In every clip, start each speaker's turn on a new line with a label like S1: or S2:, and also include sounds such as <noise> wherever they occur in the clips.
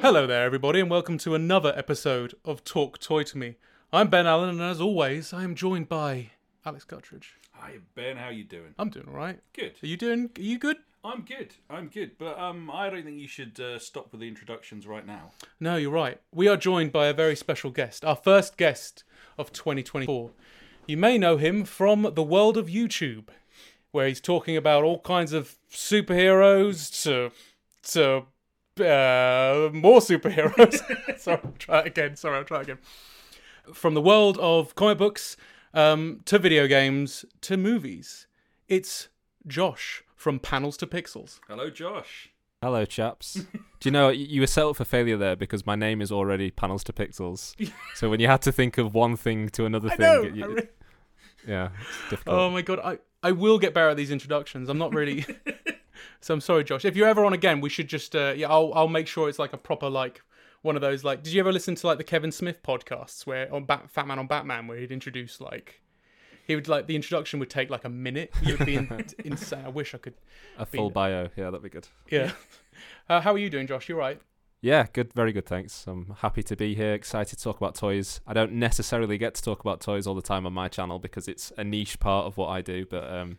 S1: Hello there, everybody, and welcome to another episode of Talk Toy to Me. I'm Ben Allen, and as always, I am joined by Alex Guttridge.
S2: Hi Ben, how you doing?
S1: I'm doing all right.
S2: Good.
S1: Are you doing? Are you good?
S2: I'm good. I'm good. But um, I don't think you should uh, stop with the introductions right now.
S1: No, you're right. We are joined by a very special guest, our first guest of 2024. You may know him from the world of YouTube, where he's talking about all kinds of superheroes to to uh, more superheroes. <laughs> sorry, I'll try it again. Sorry, I'll try it again. From the world of comic books um, to video games to movies, it's Josh from Panels to Pixels.
S2: Hello, Josh.
S3: Hello, chaps. Do you know y- you were set up for failure there because my name is already panels
S1: <laughs>
S3: to pixels. so when you had to think of one thing to another thing, it- you- yeah, it's difficult.
S1: Oh my god, I, I will get better at these introductions. I'm not <laughs> really So I'm sorry, Josh. If you're ever on again, we should just uh, yeah, I'll I'll make sure it's like a proper like one of those like did you ever listen to like the Kevin Smith podcasts where on Bat Fat Man on Batman where he'd introduce like he would like the introduction would take like a minute. It would be <laughs> in, insane. I wish I could.
S3: a full bio, yeah, that'd be good.
S1: Yeah. <laughs> Uh, how are you doing, Josh? You're right.
S3: Yeah, good, very good. Thanks. I'm happy to be here. Excited to talk about toys. I don't necessarily get to talk about toys all the time on my channel because it's a niche part of what I do, but um,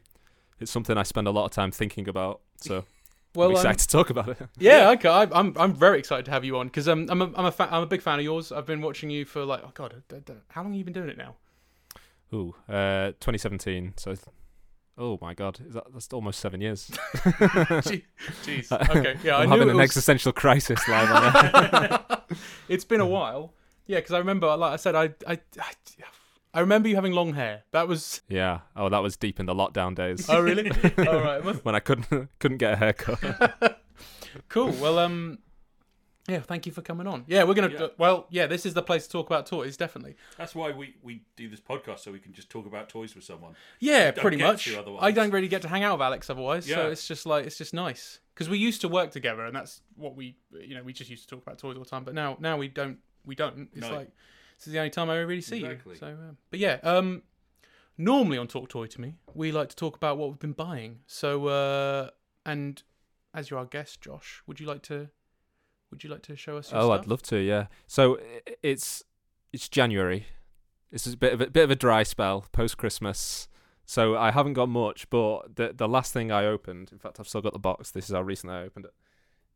S3: it's something I spend a lot of time thinking about. So
S1: <laughs> Well,
S3: I'm
S1: um,
S3: excited to talk about it. <laughs>
S1: Yeah, okay. I, I'm I'm very excited to have you on because um, I'm a, I'm a fa- I'm a big fan of yours. I've been watching you for like oh god, I- I don't- how long have you been doing it now?
S3: Ooh, uh, 2017. So, oh my god, is that that's almost seven
S1: <laughs>
S3: years.
S1: Gee- Jeez.
S3: <laughs>
S1: Okay. Yeah, I
S3: I'm
S1: knew
S3: having
S1: it
S3: an
S1: was-
S3: existential crisis live on air. <laughs>
S1: <laughs> it's been a while. Yeah, because I remember, like I said, I, I, I, I remember you having long hair. That was. <laughs>
S3: yeah. Oh, that was deep in the lockdown days
S1: Oh really? All right. Well,
S3: when I couldn't couldn't get a haircut.
S1: cool. Well, um, yeah. Thank you for coming on. Yeah, we're gonna.
S2: Yeah.
S1: well, yeah. This is the place to talk about toys, definitely.
S2: That's why we, we do this podcast so we can just talk about toys with someone.
S1: Yeah,
S2: don't
S1: pretty
S2: get
S1: much.
S2: to otherwise.
S1: I don't really get to hang out with Alex otherwise, so
S2: Yeah.
S1: it's just like it's just nice because we used to work together, and that's what we, you know, we just used to talk about toys all the time. But now, now we don't, we don't. It's
S2: No.
S1: like this is the only time I really see
S2: Exactly.
S1: you. So, um, but yeah, um, normally on Talk Toy to me, we like to talk about what we've been buying. So, uh, and as you're our guest, Josh, would you like to, would you like to show us? Your
S3: oh,
S1: stuff?
S3: I'd love to. Yeah. So i- it's it's January. This is a bit of a bit of a dry spell post Christmas. So I haven't got much, but the the last thing I opened, in fact, I've still got the box. This is how recently I opened it.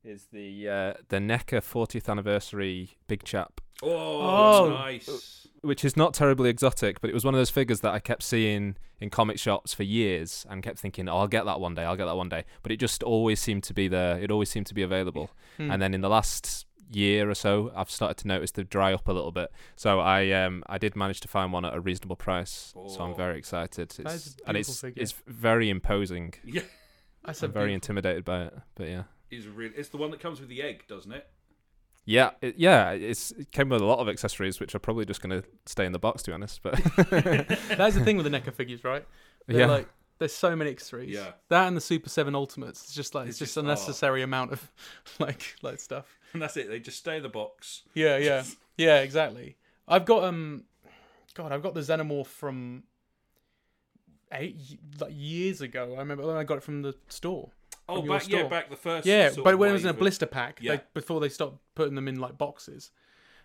S3: Is the uh, the Necker 40th anniversary Big Chap
S2: Oh,
S1: Oh.
S2: nice.
S3: which is not terribly exotic, but it was one of those figures that I kept seeing in comic shops for years and kept thinking, oh, I'll get that one day, I'll get that one day. But it just always seemed to be there, it always seemed to be available.
S1: Hmm.
S3: And then in the last year or so, I've started to notice they dry up a little bit. So I um I did manage to find one at a reasonable price, so I'm
S2: Oh.
S3: very excited. It's,
S1: is a
S3: and
S1: beautiful
S3: it's
S1: figure.
S3: it's very imposing.
S2: Yeah,
S1: That's a
S3: I'm very
S1: beautiful-
S3: intimidated by it, but yeah.
S2: is really. It's the one that comes with the egg, doesn't it?
S3: Yeah, it, yeah, it's, it came with a lot of accessories, which are probably just going to stay in the box, to be honest. But <laughs>
S1: <laughs> That's the thing with the Necker figures, right? They're
S3: Yeah.
S1: like there's so many X3s.
S2: Yeah.
S1: That and the Super 7 Ultimates. It's just like it's,
S2: It's
S1: just
S2: just- oh.
S1: unnecessary amount of <laughs> like like stuff.
S2: And <laughs> that's it. They just stay in the box.
S1: Yeah, yeah. yeah, exactly. I've got um god, I've got the Xenomorph from 8 y- like years ago. I remember when I got it from the store.
S2: Oh,
S1: your
S2: back yeah,
S1: store.
S2: back the first.
S1: Yeah,
S2: sort
S1: but
S2: of
S1: when it was in a
S2: wave of-
S1: blister pack,
S2: Yeah.
S1: they, before they stopped putting them in like boxes.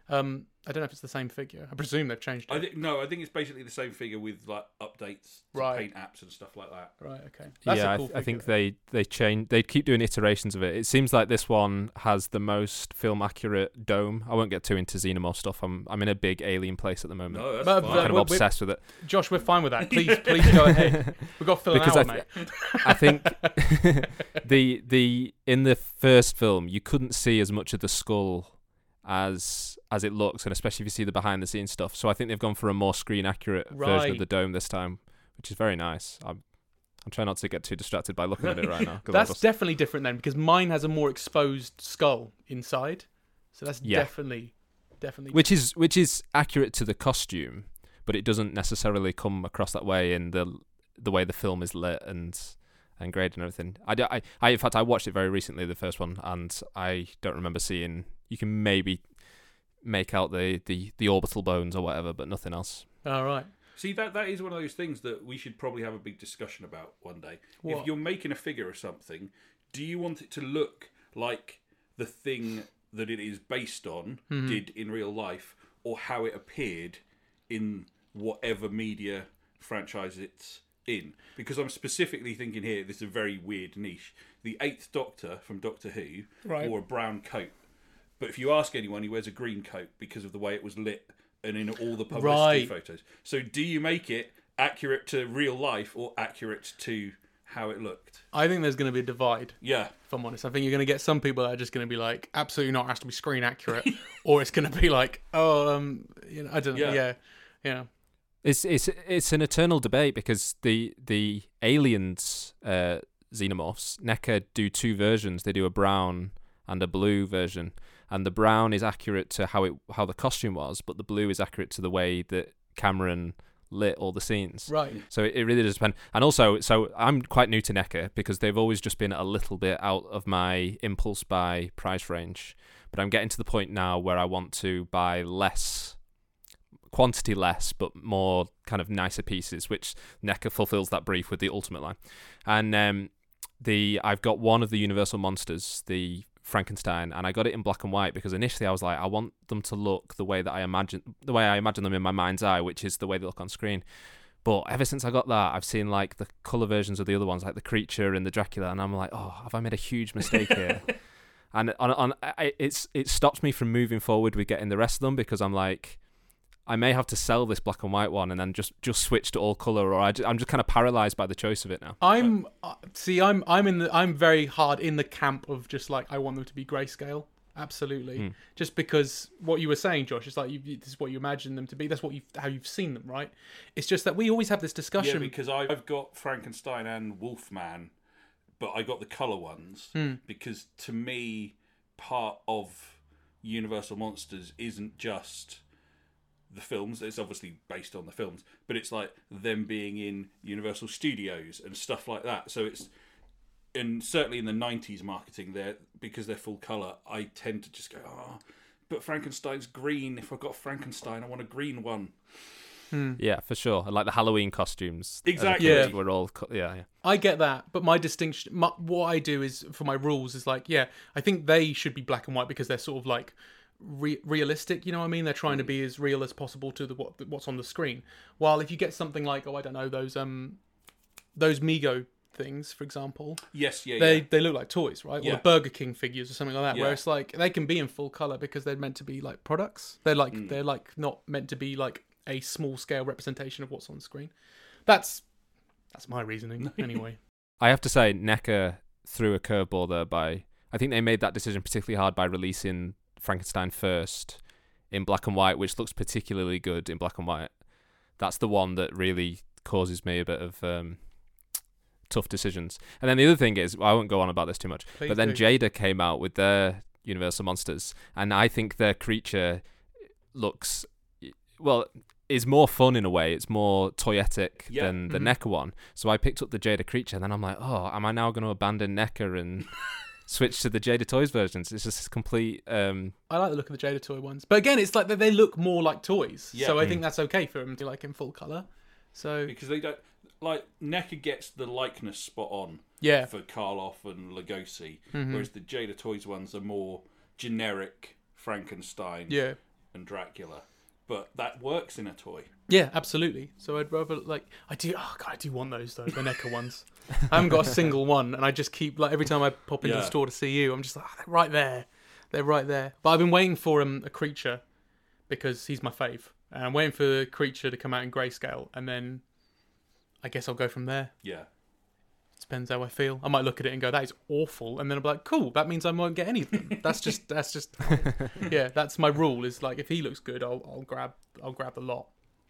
S1: Um I don't know if it's the same figure. I presume they've changed it.
S2: I think no, I think it's basically the same figure with like updates, to
S1: Right.
S2: paint apps and stuff like that.
S1: right, okay. That's
S3: yeah,
S1: a
S3: I
S1: cool
S3: th- I, think
S1: figure.
S3: they they change. They keep doing iterations of it. It seems like this one has the most film accurate dome. I won't get too into Xenomorph stuff. I'm I'm in a big alien place at the moment.
S2: No, that's
S1: But-
S3: I'm
S2: fine.
S1: but-
S3: kind of
S1: we- we-
S3: obsessed with it
S1: Josh, we're fine with that. Please, please go
S3: <laughs>
S1: ahead. <laughs> We've got to fill an
S3: because
S1: hour,
S3: I,
S1: mate.
S3: th- I think <laughs> the the in the first film you couldn't see as much of the skull as as it looks, and especially if you see the behind the scenes stuff. So I think they've gone for a more screen accurate version
S1: Right.
S3: of the dome this time, which is very nice. I'm I'm trying not to get too distracted by looking at it right now.
S1: <laughs>
S3: 'cause I'll
S1: That's
S3: just-
S1: definitely different then, because mine has a more exposed skull inside. So that's
S3: Yeah.
S1: definitely, definitely.
S3: which is which is accurate to the costume, but it doesn't necessarily come across that way in the the way the film is lit and and graded and everything. I, do, I, I in fact I watched it very recently, the first one, and I don't remember seeing. You can maybe make out the the the orbital bones or whatever, but nothing else.
S1: All right.
S2: See that that is one of those things that we should probably have a big discussion about one day.
S1: What?
S2: If you're making a figure of something, do you want it to look like the thing that it is based on
S1: Mm-hmm.
S2: did in real life or how it appeared in whatever media franchise it's in. Because I'm specifically thinking here, this is a very weird niche. The Eighth Doctor from Doctor Who
S1: Right.
S2: wore a brown coat. But if you ask anyone, he wears a green coat because of the way it was lit and in all the
S1: Right.
S2: publicity photos. So do you make it accurate to real life or accurate to how it looked?
S1: I think there's going to be a divide.
S2: Yeah.
S1: If I'm honest, I think you're going to get some people that are just going to be like, absolutely not. It has to be screen
S3: <laughs>
S1: accurate, or it's going to be like, oh, um, you know, I don't know.
S2: Yeah.
S1: Yeah, yeah. yeah.
S3: It's it's it's an eternal debate because the the aliens uh, xenomorphs NECA do two versions. They do a brown and a blue version, and the brown is accurate to how it how the costume was, but the blue is accurate to the way that Cameron lit all the scenes.
S1: Right.
S3: So it, it really does depend. And also, so I'm quite new to NECA because they've always just been a little bit out of my impulse buy price range. But I'm getting to the point now where I want to buy less, quantity less, but more kind of nicer pieces, which NECA fulfills that brief with the Ultimate line. And um, the I've got one of the Universal monsters, the Frankenstein, and I got it in black and white because initially I was like, I want them to look the way that I imagine the way I imagine them in my mind's eye, which is the way they look on screen. But ever since I got that, I've seen like the color versions of the other ones, like the creature and the Dracula, and I'm like, oh, have I made a huge mistake here? and on, on I, it's it stops me from moving forward with getting the rest of them because I'm like, I may have to sell this black and white one and then just just switch to all color, or I ju- I'm just kind of paralyzed by the choice of it now.
S1: I'm uh, see, I'm I'm in the I'm very hard in the camp of just like I want them to be grayscale, absolutely. Just because what you were saying, Josh, it's like you, you- this is what you imagine them to be. That's what you how you've seen them, right? It's just that we always have this
S2: Yeah,
S1: discussion.
S2: because I- I've got Frankenstein and Wolfman, but I got the colour ones because to me, part of Universal Monsters isn't just the films. It's obviously based on the films, but it's like them being in Universal Studios and stuff like that. So it's and certainly in the '90s marketing, there because they're full colour, I tend to just go, oh, but Frankenstein's green. If I've got Frankenstein, I want a green one.
S3: Yeah, for sure. And like the Halloween costumes,
S2: Exactly.
S3: yeah.
S1: Yeah.
S3: we're all co- yeah, yeah.
S1: I get that, but my distinction, my, what I do is for my rules is like, yeah, I think they should be black and white because they're sort of like re- realistic. You know what I mean? They're trying to be as real as possible to the what, what's on the screen. While if you get something like, oh, I don't know, those um, those Mego things, for example,
S2: Yes, yeah,
S1: they
S2: yeah.
S1: they look like toys, right? Or
S2: Yeah.
S1: the Burger King figures or something like that.
S2: Yeah.
S1: Where it's like they can be in full color because they're meant to be like products. They're like
S2: Mm.
S1: they're like not meant to be like a small scale representation of what's on screen. That's that's my reasoning
S2: <laughs>
S1: anyway.
S3: I have to say, NECA threw a curveball there by. I think they made that decision particularly hard by releasing Frankenstein first in black and white, which looks particularly good in black and white. That's the one that really causes me a bit of um, tough decisions. And then the other thing is, I won't go on about this too much,
S1: Please
S3: but
S1: do.
S3: then Jada came out with their Universal Monsters, and I think their creature looks well is more fun in a way. It's more toyetic
S2: Yeah.
S3: than the
S1: Mhm.
S3: NECA one. So I picked up the Jada creature, and then I'm like, oh, am I now going to abandon NECA
S1: <laughs>
S3: and switch to the Jada Toys versions? It's just complete. Um,
S1: I like the look of the Jada toy ones, but again, it's like they, they look more like toys,
S2: Yeah. Mm.
S1: so I think that's okay for them to be like in full color. So
S2: because they don't like NECA gets the likeness spot on
S1: yeah, Mm-hmm.
S2: for Karloff and Lugosi, whereas the Jada Toys ones are more generic Frankenstein
S1: yeah,
S2: and Dracula. But that works in a toy.
S1: yeah, absolutely. So I'd rather like I do. Oh god, I do want those though, the Necker ones. I haven't got a single one, and I just keep like every time I pop into
S2: Yeah.
S1: the store to see you, I'm just like "Ah, they're right there, they're right there. But I've been waiting for um, a creature because he's my fave, and I'm waiting for the creature to come out in grayscale, and then I guess I'll go from there.
S2: Yeah.
S1: depends how I feel. I might look at it and go, "That is awful," and then I'm like, "Cool, that means I won't get any of them." That's just <laughs> that's just yeah. That's my rule. Is like if he looks good, I'll I'll grab I'll grab the lot.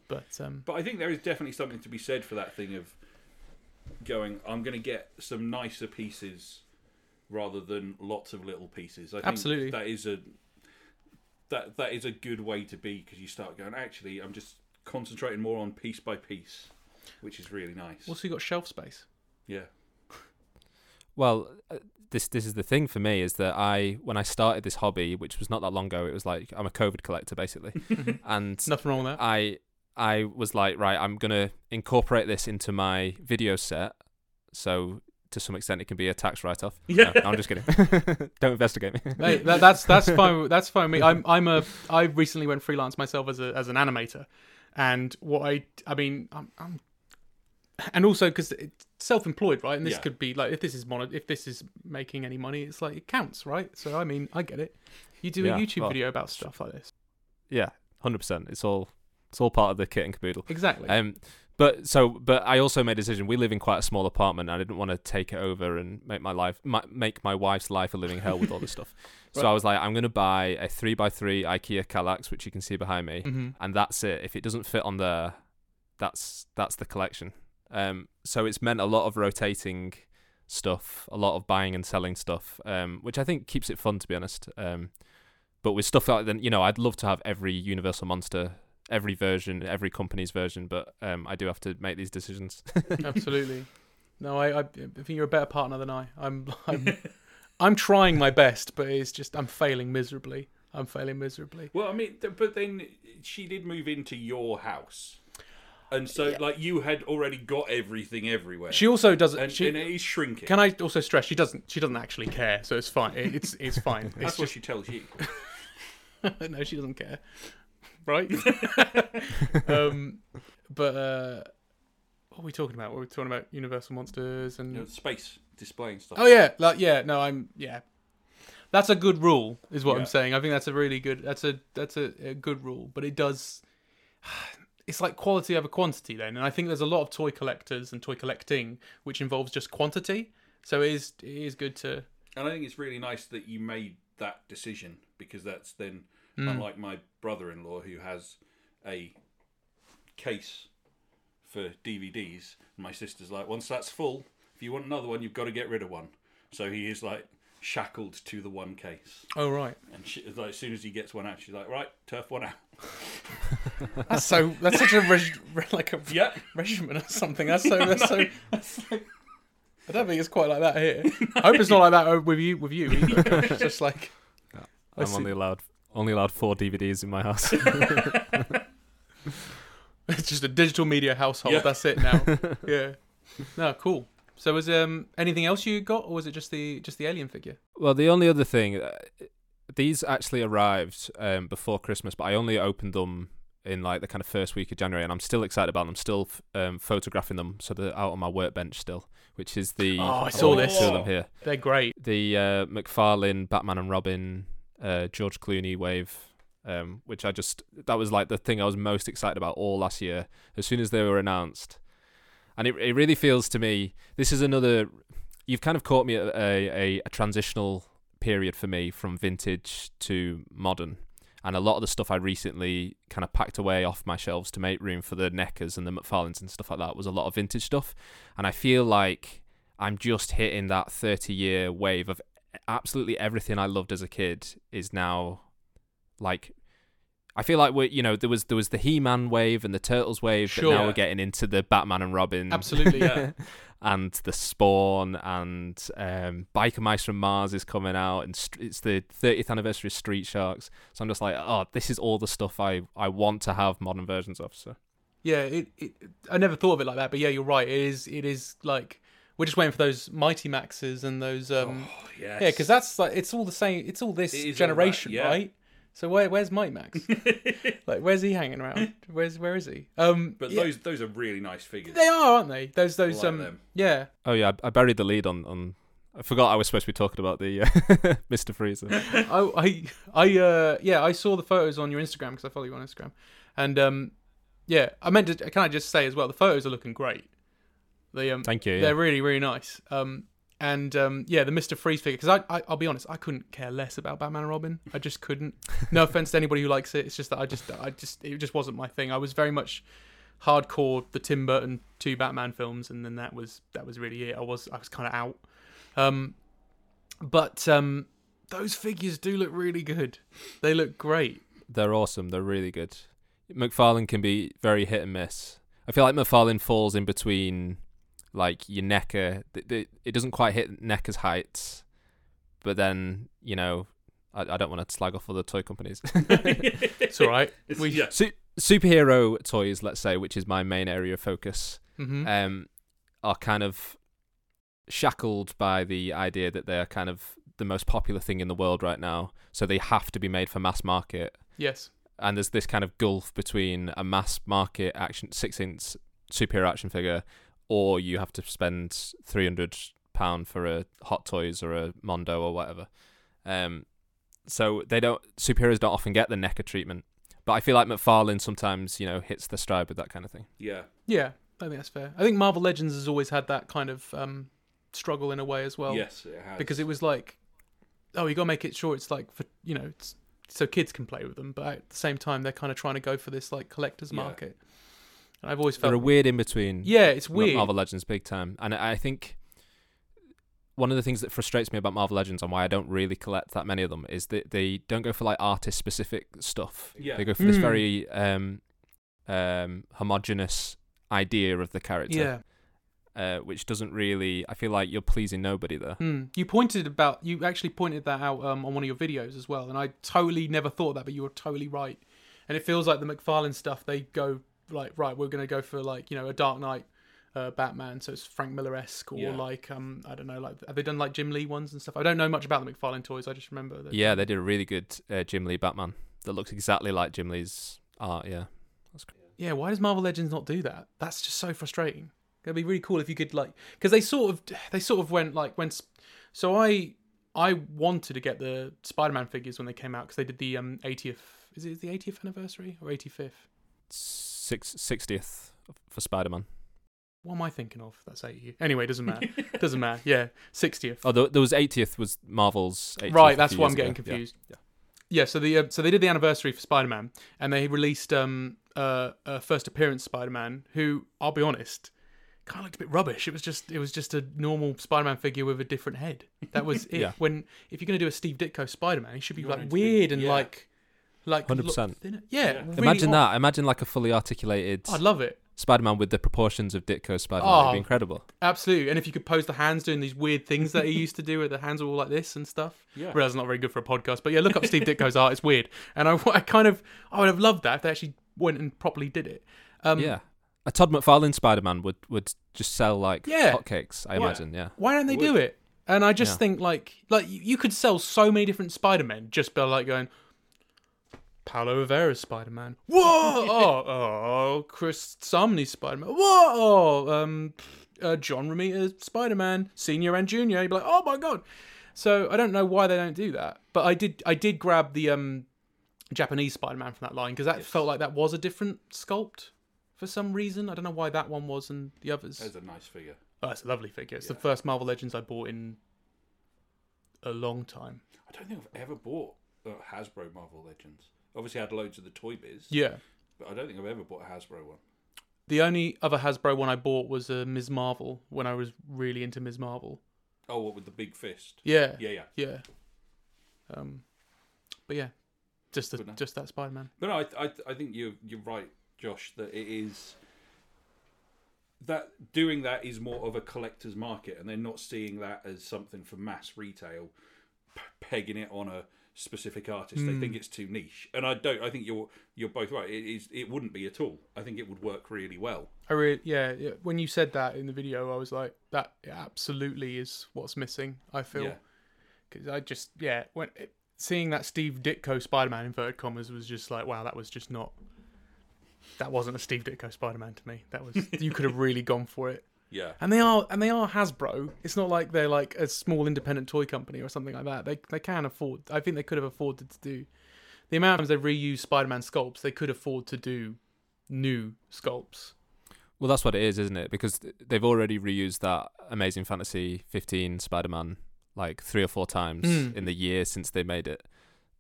S1: But um,
S2: But I think there is definitely something to be said for that thing of going, I'm going to get some nicer pieces rather than lots of little pieces. I think
S1: Absolutely.
S2: that is a that that is a good way to be because you start going, actually, I'm just concentrating more on piece by piece, which is really nice.
S1: also you got shelf space.
S2: Yeah.
S3: well, uh, this this is the thing for me is that I when I started this hobby, which was not that long ago, it was like I'm a COVID
S1: <laughs>
S3: collector basically, and
S1: Nothing wrong
S3: <laughs>
S1: with that.
S3: I I was like, right, I'm gonna incorporate this into my video set. So to some extent it can be a tax write off.
S2: Yeah.
S3: I'm just kidding. <laughs> Don't investigate me. <laughs>
S1: Mate, that, that's that's fine. with- That's fine. with Me, I'm I'm a I recently went freelance myself as a as an animator, and what I I mean I'm, I'm and also because it's self-employed, right? And this
S2: Yeah.
S1: could be like if this is mono, if this is making any money, it's like it counts, right? So I mean, I get it. You do
S3: Yeah,
S1: a YouTube
S3: well,
S1: video about stuff like this,
S3: Yeah, hundred percent. It's all it's all part of the kit and caboodle.
S1: exactly.
S3: Um, but so, but I also made a decision. We live in quite a small apartment. And I didn't want to take it over and make my life, my, make my wife's life a living hell with all this stuff. So
S1: Right.
S3: I was like, I'm going to buy a three by three IKEA Kallax, which you can see behind me,
S1: hmm
S3: <laughs> and that's it. If it doesn't fit on there, that's that's the collection. Um, so it's meant a lot of rotating stuff, a lot of buying and selling stuff, um, which I think keeps it fun to be honest. Um, but with stuff like then, you know, I'd love to have every Universal Monster, every version, every company's version, but um, I do have to make these decisions.
S1: Absolutely. No, I, I I think you're a better partner than I. I'm I'm I'm trying my best, but it's just I'm failing miserably. I'm failing miserably.
S2: Well, I mean, th- but then she did move into your house, and so like you had already got everything everywhere.
S1: She also doesn't.
S2: and,
S1: she,
S2: and it is shrinking.
S1: Can I also stress she doesn't she doesn't actually care, so it's fine. It, it's it's <laughs> fine. It's
S2: That's what
S1: just
S2: she tells you.
S1: no, she doesn't care, <laughs> right? um, but uh, what are we talking about? What are we talking about? Universal monsters and
S2: You know, space displaying stuff.
S1: Mm. oh yeah, like yeah. No, I'm yeah. That's a good rule, is what
S2: Yeah.
S1: I'm saying. I think that's a really good. That's a that's a, a good rule, but it does. <sighs> It's like quality over quantity then, and I think there's a lot of toy collectors and toy collecting which involves just quantity. So it is it is good to
S2: And I think it's really nice that you made that decision because that's then
S1: Mm.
S2: unlike my brother-in-law who has a case for DVDs. My sister's like, once that's full, if you want another one, you've got to get rid of one. So he is like shackled to the one case.
S1: Oh <laughs> right,
S2: And she, like, as soon as he gets one out, she's like, right, turf one out.
S1: that's so that's such a reg- re- like a
S2: Yeah.
S1: regiment or something. That's <laughs> so that's so. That's like, I don't think it's quite like that here. <laughs> I hope it's not like that uh, with you with you either. It's <laughs> just like I
S3: I'm
S1: see.
S3: only allowed only allowed four DVDs in my house.
S1: <laughs> it's just a digital media household.
S2: Yeah.
S1: That's it
S2: <laughs>
S1: now. yeah. No, cool. So was um anything else you got, or was it just the just the alien figure?
S3: Well, the only other thing, uh, these actually arrived um, before Christmas, but I only opened them in like the kind of first week of January, and I'm still excited about them. I'm still f- um, photographing them, so they're out on my workbench still, which is the
S1: Oh, I
S3: I've
S1: saw
S3: got
S1: this.
S3: Two of them here,
S1: They're great.
S3: the uh, McFarlane Batman and Robin, uh, George Clooney wave. Um, which I just that was like the thing I was most excited about all last year. As soon as they were announced, and it it really feels to me this is another you've kind of caught me at a, a, a transitional period for me from vintage to modern. And a lot of the stuff I recently kind of packed away off my shelves to make room for the Neckers and the McFarlanes and stuff like that was a lot of vintage stuff. And I feel like I'm just hitting that 30 year wave of absolutely everything I loved as a kid is now like. I feel like we're, you know, there was there was the He-Man wave and the Turtles wave,
S1: Sure.
S3: but now we're getting into the Batman and Robin
S1: Mm. Absolutely.
S2: <laughs> Yeah.
S1: <laughs>
S3: and the Spawn and um, Biker Mice from Mars is coming out, and st- it's the 30th anniversary of Street Sharks. So I'm just like, oh, this is all the stuff I, I want to have modern versions of. So
S1: Yeah, it, it. I never thought of it like that, but yeah, you're right. It is. It is like we're just waiting for those Mighty Maxes and those um.
S2: Oh, yes.
S1: Yeah, because that's like it's all the same. It's all this
S2: It is all
S1: generation,
S2: that, yeah.
S1: right? So where where's Mike
S2: <laughs>
S1: Max? like where's he hanging around? Where's where is he? Um,
S2: But
S1: yeah,
S2: those those are really nice figures.
S1: they are, aren't they? Those those
S2: like
S1: um
S2: them.
S1: yeah.
S3: oh yeah, I, I buried the lead on on. I forgot I was supposed to be talking about the uh, <laughs> Mister Freezer.
S1: I I I uh yeah I saw the photos on your Instagram because I follow you on Instagram, and um yeah I meant to can I just say as well the photos are looking great. They um
S3: Thank you. yeah.
S1: They're really, really nice. Um, and um, yeah, the Mister Freeze figure. Because I, I, I'll be honest, I couldn't care less about Batman and Robin. I just couldn't. <laughs> No offense to anybody who likes it. It's just that I just, I just, it just wasn't my thing. I was very much hardcore the Tim Burton two Batman films, and then that was that was really it. I was, I was kind of out. Um, but um, those figures do look really good. They look great.
S3: They're awesome. They're really good. McFarlane can be very hit and miss. I feel like McFarlane falls in between, like your Necker. th- th- It doesn't quite hit Necker's heights, but then you know, I, I don't want to slag off other toy companies.
S1: <laughs>
S3: <laughs>
S1: It's
S2: <laughs>
S1: all right. we,
S2: yeah.
S3: Su-
S1: Mm-hmm.
S3: superhero
S1: Uh,
S3: toys, let's say, which is my main area of focus,
S1: Mhm.
S3: um, are kind of shackled by the idea that they are kind of the most popular thing in the world right now, so they have to be made for mass market.
S1: Yes.
S3: And there's this kind of gulf between a mass market action six inch superhero action figure, or you have to spend three hundred pound for a Hot Toys or a Mondo or whatever. Um, so they don't superheroes don't often get the NECA treatment. But I feel like McFarlane sometimes you know hits the stride with that kind of thing.
S2: Yeah.
S1: Yeah, I think that's fair. I think Marvel Legends has always had that kind of um, struggle in a way as well.
S2: yes, it has. <laughs>
S1: Because it was like, oh, you got to make it sure it's like for you know, it's, so kids can play with them, but at the same time they're kind of trying to go for this like collector's
S2: Yeah.
S1: market. And I've always
S3: They're
S1: felt,
S3: a weird in between.
S1: yeah, it's
S3: Ma-
S1: weird.
S3: Marvel Legends big time. And I I think one of the things that frustrates me about Marvel Legends and why I don't really collect that many of them is that they don't go for like artist specific stuff.
S2: Yeah.
S3: They go for this
S1: Mm.
S3: very um um homogenous idea of the character.
S1: Yeah.
S3: Uh, which doesn't really I feel like you're pleasing nobody there.
S1: Hmm. You pointed about you actually pointed that out um, on one of your videos as well, and I totally never thought that, but you were totally right. And it feels like the McFarlane stuff they go like right, we're gonna go for like you know a Dark Knight. Uh, Batman, so it's Frank Miller esque, or
S2: Yeah.
S1: like um, I don't know, like have they done like Jim Lee ones and stuff? I don't know much about the McFarlane toys. I just remember that.
S3: Yeah, they did a really good uh, Jim Lee Batman that looks exactly like Jim Lee's art, yeah.
S1: Yeah, why does Marvel Legends not do that? That's just so frustrating. It'd be really cool if you could like because they sort of they sort of went like when s- so I I wanted to get the Spider-Man figures when they came out because they did the um 80th is it the 80th anniversary or 85th?
S3: Six, 60th for Spider-Man.
S1: What am I thinking of? That's 80. Anyway, doesn't
S2: <laughs>
S1: matter. doesn't matter. Yeah, 60th.
S3: Oh, there, there was 80th was Marvel's 80th
S1: right,
S3: a
S1: that's
S3: few
S1: why
S3: years
S1: I'm getting
S3: ago. Yeah.
S1: confused. Yeah. so the uh, so they did the anniversary for Spider-Man, and they released um uh, uh first appearance Spider-Man, who I'll be honest, kind of looked a bit rubbish. It was just it was just a normal Spider-Man figure with a different head. That
S3: <laughs>
S2: <laughs>
S1: was it.
S3: Yeah.
S1: When if you're gonna do a Steve Ditko Spider-Man, he should be
S2: You want him
S1: like
S2: to be-
S1: weird and
S2: yeah.
S1: like like look
S3: 100%.
S1: thinner. Yeah,
S2: Yeah.
S1: really
S3: Imagine
S1: odd.
S3: that. Imagine like a fully articulated
S1: I'd love it.
S3: Spider-Man with the proportions of Ditko Spider-Man. It'd
S1: Oh.
S3: be incredible.
S1: Absolutely. And if you could pose the hands doing these weird things that he used to do, where the hands are all like this and stuff.
S2: Yeah.
S1: Well, that's not very good for a podcast. But yeah, look up Steve Ditko's art. It's weird. And I, I kind of, I would have loved that if they actually went and properly did it. Um,
S3: yeah. A Todd McFarlane Spider-Man would, would just sell like
S1: Yeah.
S3: hotcakes, I
S2: Yeah.
S3: imagine. Yeah.
S1: Why don't they do it? And I just think like, like you- you could sell so many different Spider Men just by like going, Paolo Rivera's Spider Man. <laughs> Whoa! oh, oh, Chris Sumney's Spider Man. Whoa! um, uh, John Romita's Spider Man, senior and junior. You'd be like, oh my god. So I don't know why they don't do that, but I did. I did grab the um, Japanese Spider Man from that line because that felt like that was a different sculpt for some reason. I don't know why that one was and the others.
S2: That's a nice figure.
S1: Oh, it's a lovely figure. It's the first Marvel Legends I bought in a long time.
S2: I don't think I've ever bought uh, Hasbro Marvel Legends. Obviously, I had loads of the Toy Biz,
S1: Yeah.
S2: but I don't think I've ever bought a Hasbro one.
S1: The only other Hasbro one I bought was a Ms. Marvel when I was really into Ms. Marvel.
S2: Oh, what with the big fist?
S1: Yeah.
S2: Yeah, yeah.
S1: Yeah. Um, but yeah, just the,
S2: Good enough.
S1: just that Spider Man.
S2: But no, I, I, I think you you're right, Josh. That it is that doing that is more of a collector's market, and they're not seeing that as something for mass retail, p- pegging it on a specific artist. They
S1: Mm.
S2: think it's too niche, and I don't. I think you're you're both right. It is. It wouldn't be at all. I think it would work really well.
S1: I really, yeah, yeah. When you said that in the video, I was like, that absolutely is what's missing. I feel.
S2: Yeah.
S1: because I just yeah when it, seeing that Steve Ditko Spider Man inverted commas was just like wow that was just not that wasn't a Steve Ditko Spider Man to me that was you could have really gone for it
S2: Yeah.
S1: and they are and they are Hasbro it's not like they're like a small independent toy company or something like that they they can afford I think they could have afforded to do the amount of times they reuse Spider Man sculpts they could afford to do new sculpts
S3: Well, that's what it is, isn't it? Because th- they've already reused that Amazing Fantasy 15 Spider-Man like three or four times
S1: Mm.
S3: in the year since they made it.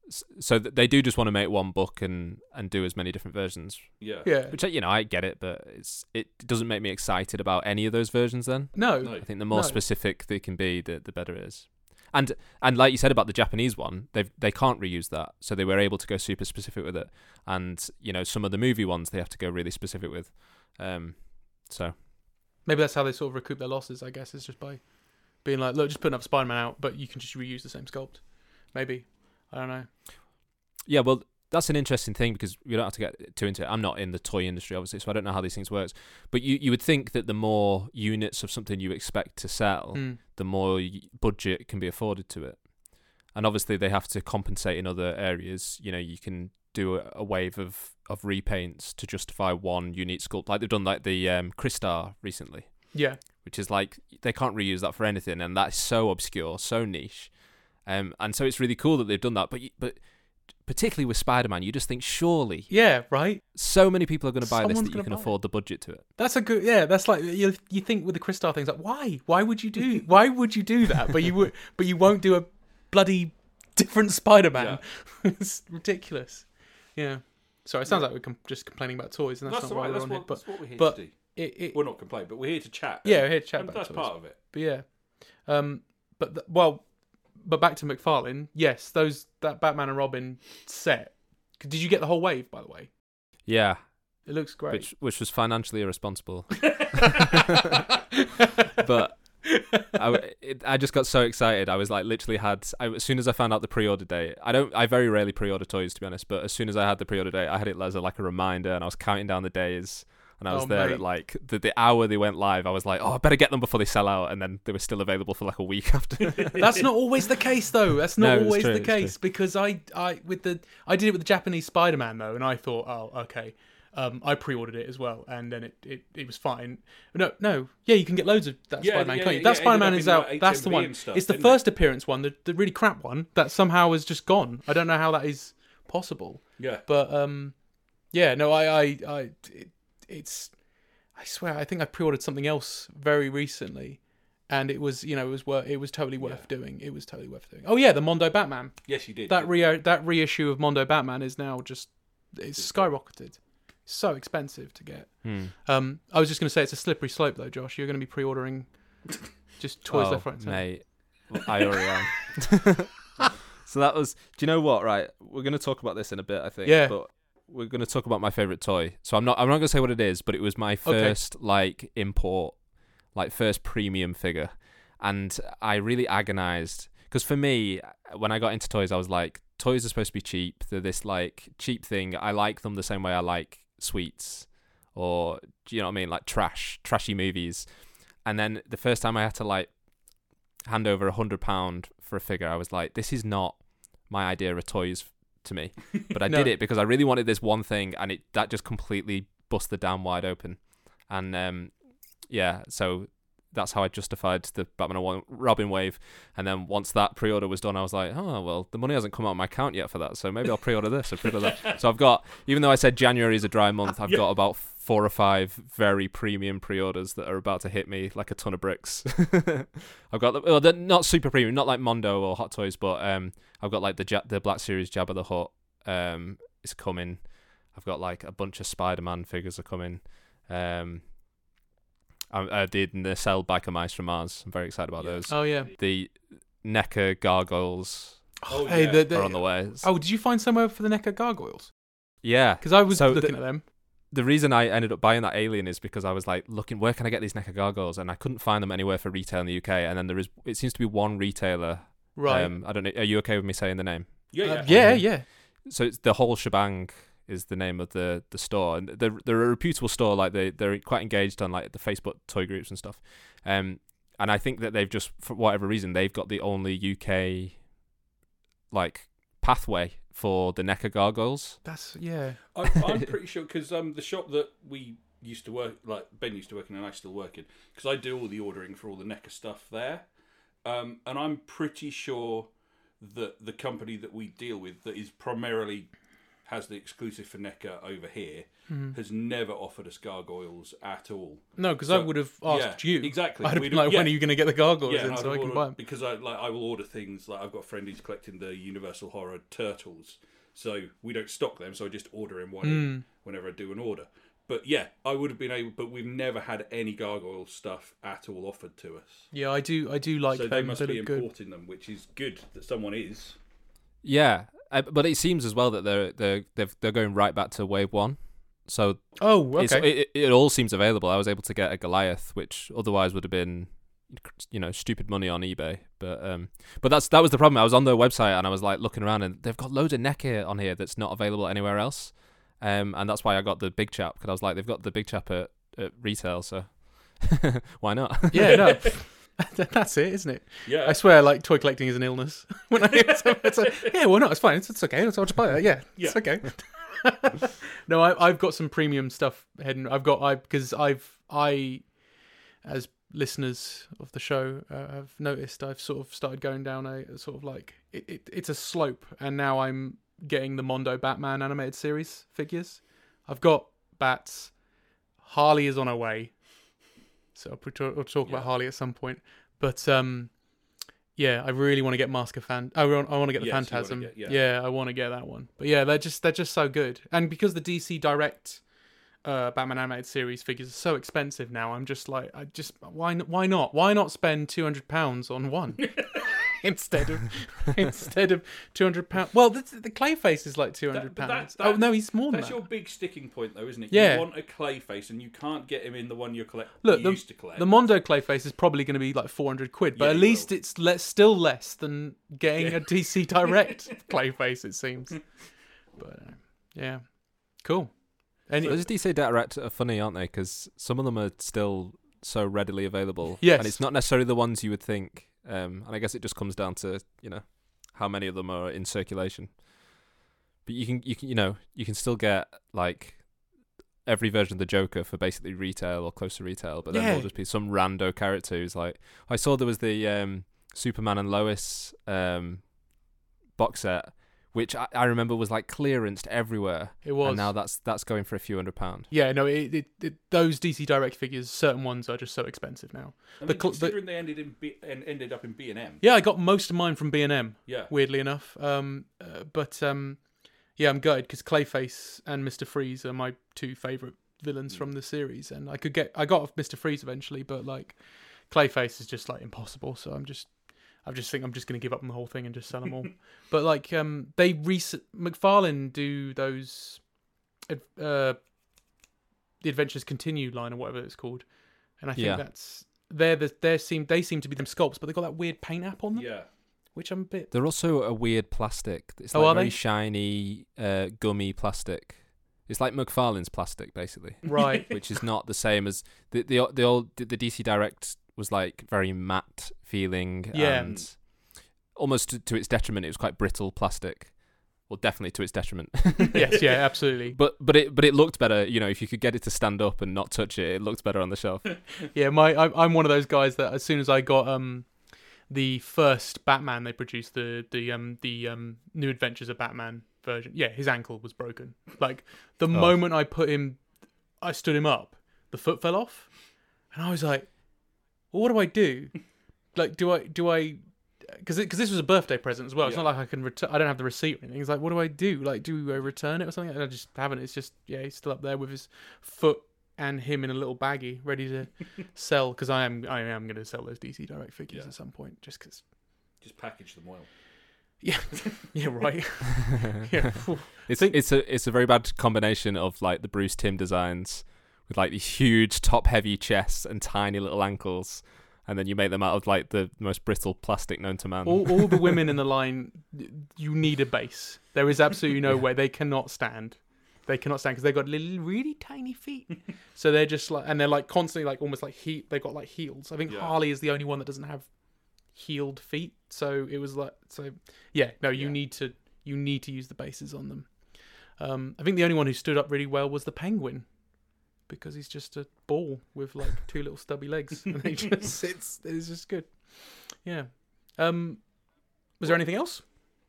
S3: S- So th- they do just want to make one book and and do as many different versions,
S2: Yeah.
S1: yeah
S3: which I- you know I get it, but it's it doesn't make me excited about any of those versions. Then
S1: no,
S2: No.
S3: I think the more
S1: No.
S3: specific they can be, the the better it is. And and like you said about the Japanese one, they they can't reuse that, so they were able to go super specific with it. And you know some of the movie ones they have to go really specific with. Um, so
S1: maybe that's how they sort of recoup their losses. I guess is just by being like, look, just put another Spider-Man out, but you can just reuse the same sculpt. Maybe I don't know.
S3: yeah, well that's an interesting thing because we don't have to get too into it. I'm not in the toy industry, obviously, so I don't know how these things works. But you, you would think that the more units of something you expect to sell,
S1: Mm.
S3: the more y- budget can be afforded to it. And obviously, they have to compensate in other areas. You know, you can do a, a wave of, of repaints to justify one unique sculpt, like they've done like the um, Crystar recently
S1: Yeah.
S3: which is like they can't reuse that for anything, and that's so obscure, so niche, um, and so it's really cool that they've done that. But y- but particularly with Spider Man, you just think surely
S1: Yeah. Right.
S3: so many people are going to buy
S1: Someone's
S3: this that
S1: gonna
S3: you can
S1: buy it.
S3: afford the budget to it.
S1: That's a good. Yeah. That's like you. You think with the Crystal things like why? Why would you
S2: <laughs>
S1: do? Why would you do that? But you would. But you won't do a bloody different Spider Man. <laughs> it's ridiculous. Yeah. Sorry, it sounds like we're com- just complaining about toys, and that's,
S2: That's,
S1: not
S2: all
S1: why
S2: right.
S1: we're
S2: That's
S1: on
S2: what,
S1: here. But
S2: that's what we're here
S1: but
S2: to do.
S1: it, it,
S2: We're not complaining, but we're here to chat.
S1: Yeah, we're here to chat
S2: And
S1: about
S2: that's
S1: toys.
S2: part of it.
S1: But yeah, um, but th- well, but back to McFarlane. Yes, those that Batman and Robin set. Did you get the whole wave? By the way,
S3: Yeah,
S1: it looks great.
S3: which which was
S1: <laughs>
S3: financially irresponsible, <laughs> but. I, w- it, I just got so excited. I was like, literally had. I, as soon as I found out the pre-order date, I don't. I very rarely pre-order toys, to be honest. But as soon as I had the pre-order date, I had it as a, like a reminder, and I was counting down the days. And I was
S1: Oh,
S3: there
S1: mate.
S3: at like the, the hour they went live. I was like, oh, I better get them before they sell out. And then they were still available for like a week <laughs>
S1: <laughs>
S3: after.
S1: That's not always the case, though. That's not
S3: No, it's
S1: always
S3: true,
S1: the
S3: it's true.
S1: case because I, I with the I did it with the Japanese Spider Man though, and I thought, oh, okay. Um, I pre-ordered it as well, and then it, it, it was fine. No, no, yeah, you can get loads of that
S2: Yeah,
S1: Spider-Man,
S2: yeah,
S1: can't you?
S2: yeah,
S1: that
S2: yeah, it
S1: Spider-Man
S2: ended up
S1: is
S2: in,
S1: out.
S2: like,
S1: That's the
S2: 8MB
S1: one.
S2: and stuff,
S1: it's the
S2: didn't it?
S1: first appearance one, the, the really crap one that somehow has just gone. I don't know how that is possible.
S2: Yeah.
S1: But um, yeah, no, I, I, I it, it's, I swear, I think I pre-ordered something else very recently, and it was, you know, it was worth, it was totally worth doing. It was totally worth doing. Oh yeah, the Mondo Batman.
S2: Yes, you did.
S1: That re that reissue of Mondo Batman is now just it's skyrocketed. So expensive to get.
S3: Hmm.
S1: Um, I was just going to say it's a slippery slope though, Josh. You're going to be
S3: <laughs>
S1: pre-ordering just toys
S3: Oh,
S1: left, right, and centre.
S3: mate. I already am.
S1: <laughs>
S3: so that was. Do you know what? Right, we're gonna talk about this in a bit. I think.
S1: Yeah.
S3: But we're gonna talk about my favorite toy. So I'm not. I'm not gonna say what it is, but it was my first like import, like first premium figure, and I really agonized because for me, when I got into toys, I was like, toys are supposed to be cheap. They're this like cheap thing. I like them the same way I like sweets, or do you know what I mean? Like trash, trashy movies. And then the first time I had to like hand over a hundred pound for a figure, I was like, this is not my idea of toys to me. But I
S1: No.
S3: did it because I really wanted this one thing, and it that just completely bust the dam wide open. And um, yeah, so that's how I justified the Batman and Wa- Robin wave. And then once that pre-order was done, I was like, oh well, the money hasn't come out of my account yet for that, so maybe I'll pre-order this or pre-order that. So I've got, even though I said January is a dry month, I've got about four or five very premium pre-orders that are about to hit me like a ton of bricks. <laughs> I've got, the, well, they're not super premium, not like Mondo or Hot Toys, but um, I've got like the ja- the Black Series Jabba the Hutt um, is coming. I've got like a bunch of Spider-Man figures are coming. Um, I, I did the Cell Biker Mice from Mars. I'm very excited about those
S1: Oh yeah.
S3: the Necker gargoyles
S2: Oh,
S1: hey,
S2: yeah.
S1: the, the,
S3: are on the way. S-
S1: oh, did you find somewhere for the Necker gargoyles?
S3: yeah,
S1: Because I was
S3: So
S1: looking
S3: the-
S1: at them.
S3: the reason I ended up buying that alien is because I was like looking where can I get these E Necker gargoyles, and I couldn't find them anywhere for retail in the UK. And then there is it seems to be one retailer.
S1: Right.
S3: Um, I don't know. Are you okay with me saying the name?
S2: yeah, yeah.
S1: Uh, <laughs> yeah, yeah.
S3: So it's the whole shebang is the name of the the store, and they're they're a reputable store. Like they they're quite engaged on like the Facebook toy groups and stuff. Um, and I think that they've just for whatever reason they've got the only UK like pathway for the E Necker gargoyles.
S1: That's yeah.
S2: I, I'm pretty sure because um, the shop that we used to work, like Ben used to work in, and I still work in, because I do all the ordering for all the Necker stuff there, um, and I'm pretty sure that the company that we deal with, that is primarily has the exclusive for Necker over here,
S1: Mm-hmm.
S2: has never offered us gargoyles at all.
S1: No, because I
S2: So-
S1: would have asked
S2: yeah,
S1: you
S2: exactly.
S1: I'd have
S2: We'd
S1: been
S2: have-
S1: like, "When
S2: yeah.
S1: are you going to get the gargoyles
S2: and
S1: in
S2: I've
S1: so I can
S2: ordered-
S1: buy them?"
S2: because I like I will order things like I've got a friend who's collecting the Universal Horror Turtles, so we don't stock them, so I just order him one
S1: Hmm.
S2: in whenever I do an order. But yeah, I would have been able, but we've never had any gargoyle stuff at all offered to us.
S1: Yeah, I do. I do like
S2: so
S1: them.
S2: they must
S1: they
S2: be
S1: look good.
S2: importing them, which is good that someone is.
S3: Yeah, uh, but it seems as well that they're they're they've, they're going right back to wave one. So
S1: Oh,
S3: it's,
S1: okay.
S3: it, it, it all seems available. I was able to get a Goliath, which otherwise would have been you know stupid money on eBay. But um, but that's that was the problem. I was on their website and I was like looking around and they've got loads of neck gear on here that's not available anywhere else. Um, and that's why I got the big chap because I was like they've got the big chap at, at retail, so <laughs> why not?
S1: Yeah, <laughs> no. That's it, isn't it?
S2: Yeah.
S1: I swear, like toy collecting is an illness. <laughs> when I hear someone, it's like, yeah, well, no, it's fine. It's, it's okay. I'll just buy that. Yeah, it's
S2: Yeah.
S1: okay. <laughs> no, I, I've got some premium stuff hidden. I've got I because I've I, as listeners of the show uh, have noticed, I've sort of started going down a sort of like it, it, it's a slope, and now I'm getting the Mondo Batman animated series figures. I've got bats. Harley is on her way, so I'll, put, I'll talk about
S2: Yeah.
S1: Harley at some point. But um, yeah, I really want to get Mask of Fan. I want, I want to get the
S2: Yes, you wanna
S1: Phantasm.
S2: get- yeah.
S1: I want to get that one. But yeah, they're just they're just so good, and because the DC Direct uh, Batman animated series figures are so expensive now. I'm just like, I just why n- why not why not spend two hundred pounds on
S2: <laughs>
S1: one instead of <laughs> instead of two hundred pounds? Well, the, the Clayface is like two hundred
S2: That- but
S1: pounds.
S2: that's-
S1: Oh
S2: that's-
S1: no, he's more than
S2: That's
S1: that.
S2: your big sticking point, though, isn't it?
S1: Yeah.
S2: You want a clay face, and you can't get him in the one you're collect-
S1: Look,
S2: you
S1: the,
S2: used to collect.
S1: the Mondo Clayface is probably going to be like four hundred quid, but
S2: Yeah,
S1: at
S2: it
S1: least
S2: will.
S1: it's le- still less than getting
S2: Yeah.
S1: a DC Direct Clayface. It seems, but uh, yeah, cool. Any,
S3: Those DC Direct are funny, aren't they? Because some of them are still so readily available.
S1: Yes.
S3: And it's not necessarily the ones you would think. Um, and I guess it just comes down to you know how many of them are in circulation. But you can you can you know you can still get like every version of the Joker for basically retail or close to retail. But then
S1: Yeah.
S3: there'll just be some rando character who's like I saw there was the um, Superman and Lois um, box set. Which I, I remember was like clearanced everywhere,
S1: it was
S3: and now that's that's going for a few hundred pound.
S1: Yeah, no, it, it, it, those DC Direct figures, certain ones are just so expensive now.
S2: I mean,
S1: the cl- the-
S2: considering they ended in B- and ended up in B and M.
S1: Yeah, I got most of mine from B and M,
S2: Yeah.
S1: weirdly enough. Um, uh, but um, yeah, I'm gutted because Clayface and Mister Freeze are my two favorite villains from the series, and I could get I got off Mister Freeze eventually, but like Clayface is just like impossible. So I'm just I just think I'm just gonna give up on the whole thing and just sell them all. but like um, they recent McFarlane do those ad- uh, the Adventures Continue line or whatever it's called, and I think
S3: Yeah.
S1: that's. They're the, they seem they seem to be them sculpts, but they've got that weird paint app on them
S2: Yeah.
S1: which I'm a
S3: <laughs>
S1: bit.
S3: They're also a weird plastic. It's
S1: Oh,
S3: like
S1: are
S3: very
S1: they?
S3: shiny, uh, gummy plastic. It's like McFarlane's
S1: <laughs>
S3: plastic, basically,
S1: Right.
S3: which is not the same as the the the old the DC Direct was like very matte feeling
S1: Yeah.
S3: and almost to, to its detriment. It was quite brittle plastic, well, definitely to its detriment. <laughs>
S1: yes. Yeah. Absolutely.
S3: But but it but it looked better. You know, if you could get it to stand up and not touch it, it looked better on the shelf.
S1: Yeah. My I'm, I'm one of those guys that as soon as I got um the first Batman they produced the the um the um New Adventures of Batman version. Yeah, his ankle was broken. Like the moment I put him, I stood him up. The foot fell off, and I was like, "Well, what do I
S2: <laughs>
S1: do? Like, do I do I?" Because because this was a birthday present as well. It's
S2: Yeah.
S1: not like I can return. I don't have the receipt or anything. It's like, what do I do? Like, do I return it or something? And I just haven't. It's just yeah, he's still up there with his foot and him in a little baggie, ready
S2: <laughs>
S1: to sell. Because I am I am going to sell those DC Direct figures
S2: Yeah.
S1: at some point, just because
S2: Just package them well.
S1: yeah, <laughs> yeah,
S2: <laughs>
S1: right. <laughs> yeah, phew.
S3: It's
S1: Think-
S3: it's a it's a very bad combination of like the Bruce Tim designs with like these huge top heavy chests and tiny little ankles, and then you make them out of like the most brittle plastic known to man.
S1: all, all the women in the line. You need a base. There is absolutely no way they cannot stand. They cannot stand because they've got little, really tiny feet. so they're just like, and they're like constantly like almost like heat. They've got like heels. I think
S2: Yeah.
S1: Harley is the only one that doesn't have healed feet. So it was like, so yeah, no, you
S2: Yeah.
S1: need to you need to use the bases on them. Um, I think the only one who stood up really well was the penguin. Because he's just a ball with like
S2: <laughs>
S1: two little stubby legs, and he just sits. It's just good. Yeah. Um, was there anything
S2: <laughs>
S1: else?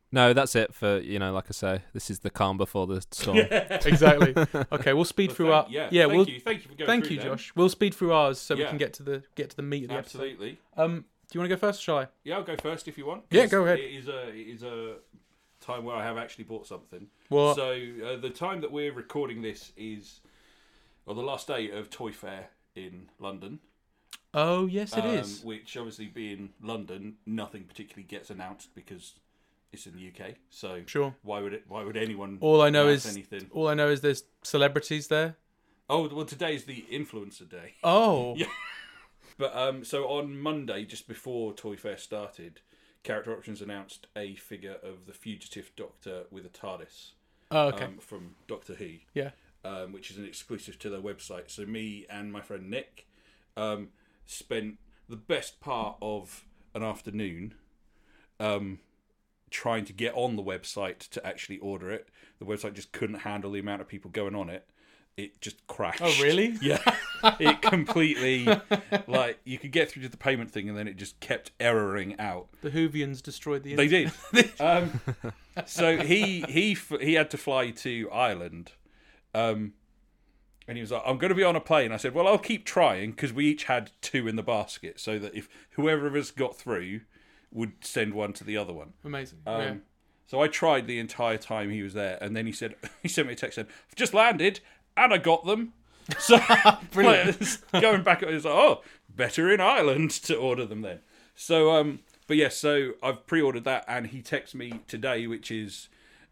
S3: No, that's it for you know. Like I say, this is the calm
S1: <laughs>
S3: before the storm.
S1: exactly. Okay, we'll speed
S2: Well,
S1: through
S2: thank-
S1: our
S2: yeah.
S1: yeah
S2: Thank
S1: we'll
S2: you. Thank you for going.
S1: thank
S2: through
S1: you,
S2: them.
S1: Josh. We'll speed through ours so we
S2: Yeah.
S1: can get to the get to the meat of the episode.
S2: Absolutely.
S1: Um, do you want to go first, or shall I?
S2: Yeah, I'll go first if you want.
S1: Yeah, go ahead.
S2: It is a it is a time where I have actually bought something.
S1: What?
S2: So uh, the time that we're recording this is well, the last day of Toy Fair in London.
S1: Oh yes, it
S2: um,
S1: is.
S2: Which obviously being London, nothing particularly gets announced because it's in the UK. So
S1: Sure.
S2: why would it? Why would anyone?
S1: All I know
S2: announce
S1: is
S2: anything.
S1: all I know is there's celebrities there.
S2: Oh well, today's the influencer day.
S1: Oh.
S2: Yeah. But um, so on Monday, just before Toy Fair started, Character Options announced a figure of the fugitive Doctor with a TARDIS
S1: Oh, okay.
S2: um, from Doctor Who
S1: yeah.
S2: um, which is an exclusive to their website. So me and my friend Nick um, spent the best part of an afternoon um, trying to get on the website to actually order it. The website just couldn't handle the amount of people going on it. It just crashed.
S1: Oh, really?
S2: <laughs> Yeah. it completely like you could get through to the payment thing and then it just kept erroring out.
S1: The Hoovians destroyed the.
S2: <laughs> They
S1: internet.
S2: did. um, so he he f- he had to fly to Ireland, um, and he was like, "I'm going to be on a plane." I said, "Well, I'll keep trying because we each had two in the basket, so that if whoever of us got through, would send one to the other one."
S1: Amazing.
S2: Um,
S1: yeah.
S2: So I tried the entire time he was there, and then he said <laughs> he sent me a text saying, "I've just landed and I got them." So <laughs>
S1: <laughs> Brilliant.
S2: like, going back, it was like, "Oh, better in Ireland to order them then." So, um, but yes, so I've pre-ordered that, and he texted me today, which is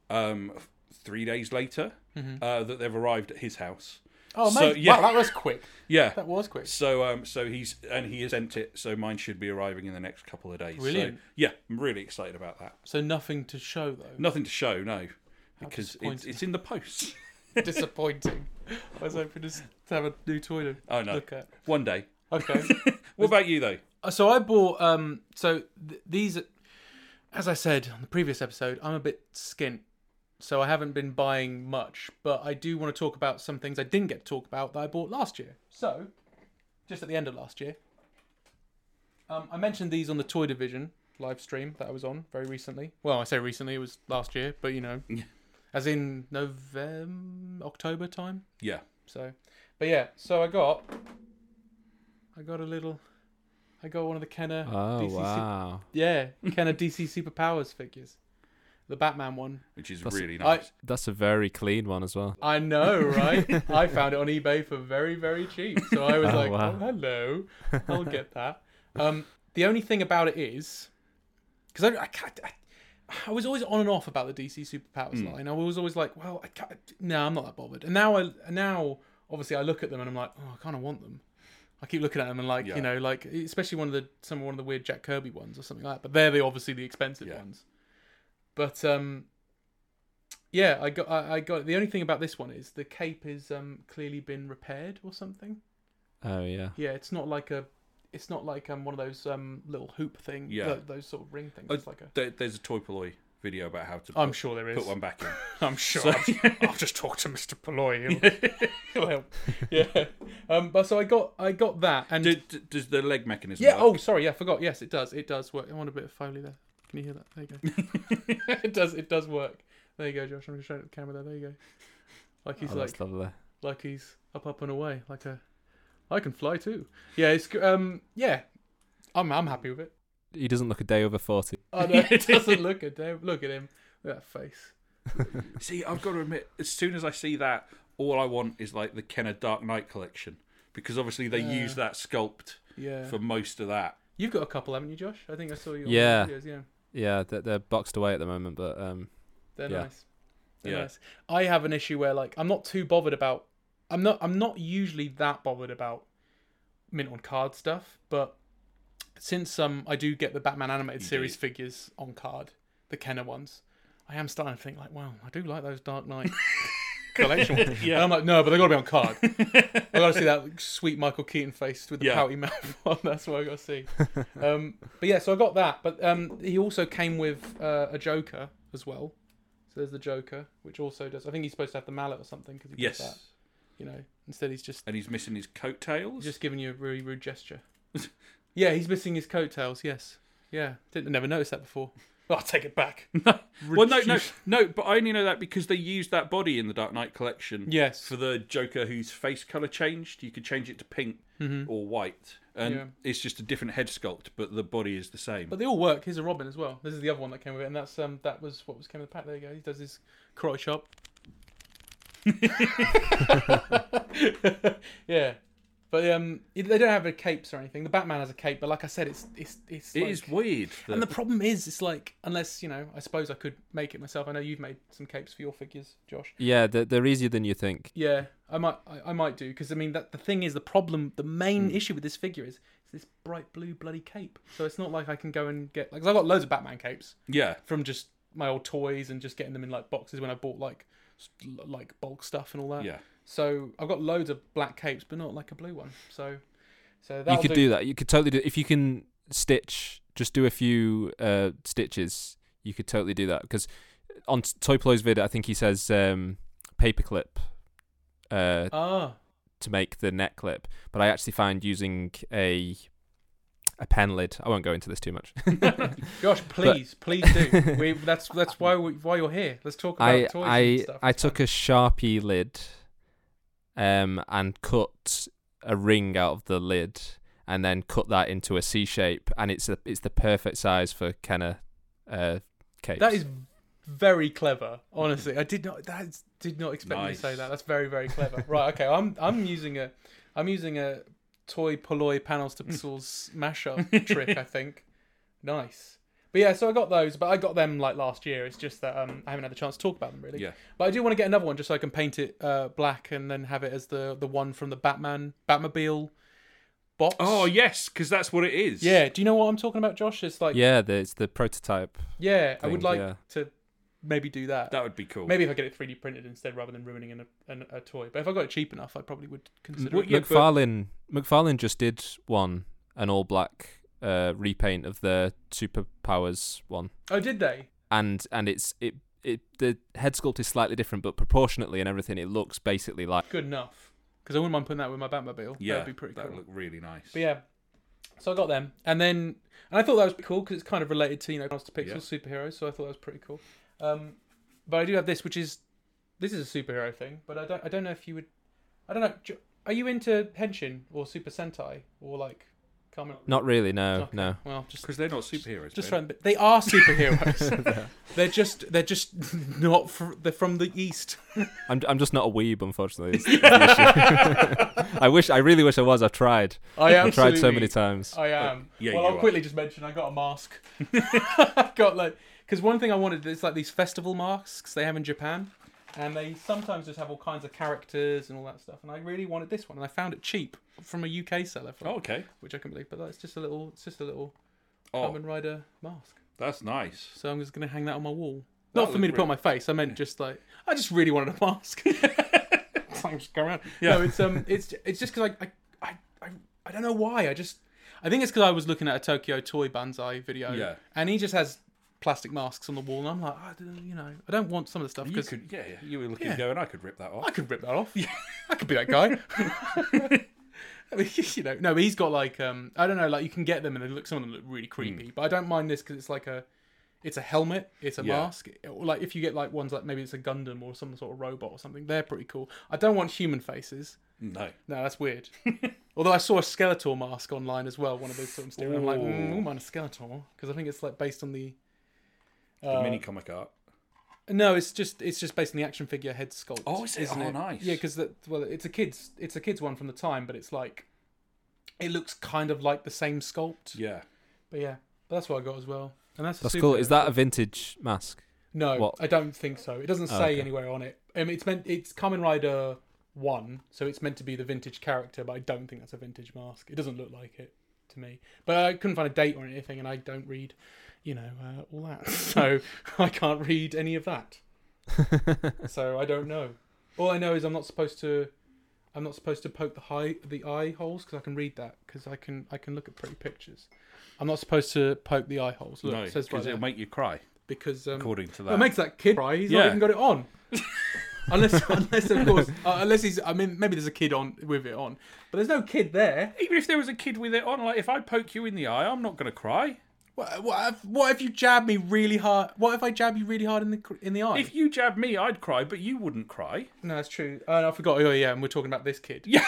S2: um, three days later, uh, that they've arrived at his house.
S1: Mm-hmm. Oh,
S2: so,
S1: amazing.
S2: yeah.
S1: Wow, that was quick.
S2: Yeah.
S1: That was quick.
S2: So um, so he's and he has sent it. So mine should be arriving in the next couple of days.
S1: Brilliant.
S2: So, yeah, I'm really excited about that.
S1: So nothing to show though.
S2: Nothing to show, no, because it's,
S1: disappointing.
S2: it's in the post.
S1: <laughs> Disappointing. <laughs> I was hoping to s- to have a new toy to
S2: Oh no,
S1: look at.
S2: one day.
S1: Okay.
S2: What about you though?
S1: so I bought um so th- these as I said on the previous episode I'm a bit skint so I haven't been buying much but I do want to talk about some things I didn't get to talk about that I bought last year so just at the end of last year um, I mentioned these on the toy division live stream that I was on very recently well I say recently it was last year but you know as in November October time
S2: Yeah,
S1: so, but yeah, so I got, I got a little, I got one of the Kenner
S3: Oh
S1: DC, Sup-
S3: wow,
S1: yeah, Kenner DC Superpowers figures, the Batman one.
S2: which is
S3: That's-
S2: really
S1: I-
S2: nice.
S3: that's a very clean one as well.
S1: I know, right? I found it on eBay for very, very cheap. So I was
S3: Oh,
S1: like,
S3: wow.
S1: oh, hello, I'll get that. Um, the only thing about it is, because I, I can't. I, I was always on and off about the DC superpowers
S3: Hmm.
S1: line. I was always like, well, I can't, no, I'm not that bothered. And now, I now obviously I look at them and I'm like, oh, I kind of want them. I keep looking at them and like,
S2: Yeah.
S1: you know, like especially one of the some one of the weird Jack Kirby ones or something like that. But they're the obviously the expensive
S2: Yeah.
S1: ones. But um, yeah, I got I, I got the only thing about this one is the cape is um clearly been repaired or something.
S3: Oh yeah,
S1: Yeah, it's not like a. It's not like um one of those um little hoop thing,
S2: Yeah.
S1: tho- those sort of ring things.
S2: Uh,
S1: It's like a.
S2: There, there's a Toy Ploy video about how to
S1: I'm
S2: put,
S1: sure there is.
S2: put one back in.
S1: <laughs> I'm sure.
S2: So-
S1: I'll, I'll just talk to Mr. Paloy. He'll, <laughs> he'll help. Yeah. Um. But so I got I got that and
S2: Do- do- does the leg mechanism?
S1: yeah. Oh,
S2: work?
S1: sorry. Yeah, I forgot. Yes, it does. It does work. I want a bit of foley there. Can you hear that? There you go.
S3: <laughs>
S1: <laughs> it does. It does work. There you go, Josh. I'm going to show it to the camera there. There you go. Like he's
S3: oh,
S1: like
S3: that's lovely.
S1: like he's up up and away like a I can fly too. Yeah. It's g- um. Yeah. I'm I'm happy with
S3: <laughs>
S1: it.
S3: He doesn't look a day
S1: <laughs>
S3: over forty. <laughs>
S1: Oh no, it doesn't look at him. Look at him. Look at that face. oh.
S2: See, I've got to admit, as soon as I see that, all I want is like the Kenner Dark Knight collection because obviously they
S1: Yeah.
S2: use that sculpt
S1: Yeah.
S2: for most
S1: <coughs>
S2: of that.
S1: You've got a couple, haven't you, Josh? I think I saw you. On
S3: Yeah.
S1: The videos. Yeah.
S3: Yeah, they're, they're boxed away at the moment, but um,
S1: They're
S3: Yeah.
S1: nice. They're
S2: Yeah.
S1: nice. I have an issue where like I'm not too bothered about. I'm not. I'm not usually that bothered about mint on card stuff, but since um I do get the Batman animated
S2: You
S1: series
S2: do.
S1: figures on card, the Kenner ones, I am starting to think like, wow, I do like those Dark Knight
S2: <laughs>
S1: collection ones.
S2: Yeah.
S1: And I'm like, no, but they got to be on
S2: <laughs>
S1: card. I got to see that sweet Michael Keaton face with the
S2: Yeah.
S1: pouty mouth <laughs> on. That's what I got to see. Um, but yeah, so I got that. But um, he also came with uh, a Joker as well. So there's the Joker, which also does. I think he's supposed to have the mallet or something because he does
S2: Yes,
S1: that. You know, instead he's just
S2: and he's missing his coattails.
S1: just giving you a really rude gesture. <laughs> yeah, he's missing his coattails. Yes. Yeah, didn't never noticed that before. Well, I'll take it back.
S2: well, <laughs> no, no,
S1: Reduce-
S2: no. But I only know that because they used that body in the Dark Knight collection.
S1: Yes.
S2: for the Joker whose face color changed. You could change it to pink or white, and
S1: Mm-hmm. Yeah.
S2: it's just a different head sculpt, but the body is the same.
S1: But they all work. Here's a Robin as well. This is the other one that came with it, and that's um that was what was came with the pack. There you go. He does his karate chop. <laughs> yeah, but um it- they don't have a capes or anything. The Batman has a cape, but like I said, it's it's it's.
S2: It
S1: like-
S2: is weird. That,
S1: And the problem is, it's like unless you know, I suppose I could make it myself. I know you've made some capes for your figures, Josh.
S3: yeah, they're, they're easier than you think. Hmm.
S1: Yeah, I might I, I might do because I mean that the thing is the problem, the main issue with this figure is this bright blue bloody cape. So it's not like I can go and get like 'cause I've got loads of Batman capes
S2: Yeah.
S1: from just my old toys and just getting them in like boxes when I bought like s- l- like bulk stuff and all that.
S2: Yeah.
S1: So I've got loads of black capes, but not like a blue one. So so
S3: you
S1: that
S3: could do that. You could totally do if you can stitch. Just do a few uh, stitches. You could totally do that because on T- Toy Ploy's vid, I think he says um, paperclip uh,
S1: ah
S3: to make the neck clip. But I actually find using a a pen lid. I won't go into this too much. <laughs>
S1: gosh please please do we that's that's why we, why you're here. Let's talk about
S3: I
S1: toys and
S3: I
S1: stuff.
S3: I took a sharpie lid, um, and cut a ring out of the lid, and then cut that into a C shape, and it's a, it's the perfect size for Kenner, uh, capes.
S1: That is very clever. Honestly, I did not that is- did not expect you to say
S2: Nice.
S1: that. That's very very
S2: <laughs>
S1: clever. right. Okay. I'm I'm using a I'm using a toy Polloi panels to pistols
S2: <laughs>
S1: mashup trick. I think. Nice. But yeah, so I got those, but I got them like last year. It's just that um, I haven't had the chance to talk about them really.
S2: Yeah.
S1: But I do want to get another one just so I can paint it uh, black and then have it as the the one from the Batman Batmobile box.
S2: Oh yes, because that's what it is.
S1: yeah. Do you know what I'm talking about, Josh? It's like yeah,
S3: yeah, the, it's the prototype.
S1: I would
S3: Thing,
S1: like
S3: yeah.
S1: to maybe do that.
S2: That would be cool.
S1: Maybe if I get it 3D printed instead, rather than ruining an, an, a toy. But if I got it cheap enough, I probably would consider
S2: Well,
S1: it.
S2: yeah, but-
S3: McFarlane McFarlane just did one, an all black uh, repaint of the superpowers one.
S1: Oh, did they?
S3: and and it's it it the head sculpt is slightly different, but proportionately and everything, it looks basically like
S1: Good enough. Because I wouldn't mind putting that with my Batmobile.
S2: Yeah.
S1: That'd be pretty cool.
S2: That would look really nice.
S1: But yeah, so I got them, and then and I thought that was pretty cool because it's kind of related to you know Monster Pixel
S2: Yeah.
S1: superheroes, so I thought that was pretty cool. Um, but I do have this, which is this is a superhero thing, but I don't I don't know if you would, I don't know. Jo- Are you into Henshin or Super Sentai or like Kamen?
S3: not really no
S1: Okay,
S3: no.
S1: Well, just
S2: Because they're not superheroes.
S1: just
S2: Ben.
S1: trying. They are
S2: <laughs>
S1: superheroes. they're just they're just <laughs> not. Fr- they're from the
S2: <laughs>
S1: east.
S3: I'm I'm just not a weeb, unfortunately. is- is the issue. I wish I really wish I was. I've tried.
S1: I
S3: I've tried so many times.
S1: I am.
S2: yeah,
S1: well,
S2: you
S1: I'll
S2: are.
S1: quickly just mention I got a mask. <laughs> I got like because one thing I wanted is like these festival masks they have in Japan, and they sometimes just have all kinds of characters and all that stuff. And I really wanted this one, and I found it cheap from a UK seller, for,
S2: Oh, okay.
S1: which I can believe. But that's just a little. It's just a little
S2: Oh,
S1: Kamen Rider mask.
S2: that's nice.
S1: So I'm just gonna hang that on my wall.
S2: That
S1: Not for me to
S2: look
S1: put on my face. I meant just like I just really wanted a <laughs> mask. I'm just going around. No, it's um, it's it's just because I, I I I I don't know why. I just I think it's because I was looking at a Tokyo Toy Banzai video.
S2: Yeah.
S1: And he just has plastic masks on the wall, and I'm like, I don't, you know, I don't want some of the stuff
S2: You
S1: because
S2: could, yeah, yeah, you were looking
S1: Yeah.
S2: going, I could rip that off.
S1: I could rip that off. <laughs> I could be that
S2: <laughs>
S1: guy. <laughs> I mean, <laughs> you know, no, but he's got like um, I don't know, like you can get them and they look some of them look
S2: Hmm.
S1: really creepy, but I don't mind this because it's like a, it's a helmet, it's a
S2: Yeah.
S1: mask. Or like if you get like ones like maybe it's a Gundam or some sort of robot or something, they're pretty cool. I don't want human faces.
S2: No.
S1: No, that's
S2: <laughs>
S1: weird. Although I saw a Skeletor mask online as well, one of those sort of stuff. I'm like,
S2: Ooh.
S1: mm, ooh, mine is Skeletor because I think it's like based on the.
S2: The
S1: uh,
S2: mini comic art.
S1: no, it's just it's just based on the action figure head sculpt.
S2: Oh, is it?
S1: Isn't
S2: Oh,
S1: it?
S2: nice.
S1: Yeah, because well, it's a kids it's a kids one from the time, but it's like it looks kind of like the same sculpt.
S2: Yeah.
S1: But yeah, but that's what I got as well. And that's a
S3: That's cool. Is
S1: superhero.
S3: that a vintage mask?
S1: No,
S3: what?
S1: I don't think so. It doesn't say
S3: okay.
S1: anywhere on it. Um, it's meant it's Kamen Rider one, so it's meant to be the vintage character, but I don't think that's a vintage mask. It doesn't look like it to me. But I couldn't find a date or anything, and I don't read, you know, uh, all that, <laughs> so I can't read any of that. so I don't know. All I know is I'm not supposed to. I'm not supposed to poke the high the eye holes because I can read that because I can I can look at pretty pictures. I'm not supposed to poke the eye holes. Look,
S2: no,
S1: it
S2: because
S1: says right there.
S2: it'll make you cry,
S1: because um,
S2: according to
S1: it
S2: that.
S1: makes that kid cry. He's not
S2: Yeah.
S1: even got it
S3: <laughs>
S1: on. unless, unless of course, uh, unless he's. I mean, maybe there's a kid on with it on, but there's no kid there.
S2: Even if there was a kid with it on, like, if I poke you in the eye, I'm not going to cry.
S1: What, what, if, what if you jab me really hard? What if I jab you really hard in the cr- in the eye?
S2: If you jab me, I'd cry, but you wouldn't cry. <laughs>
S1: no, that's true. Uh, I forgot. Oh yeah, and we're talking about this kid.
S2: Yeah.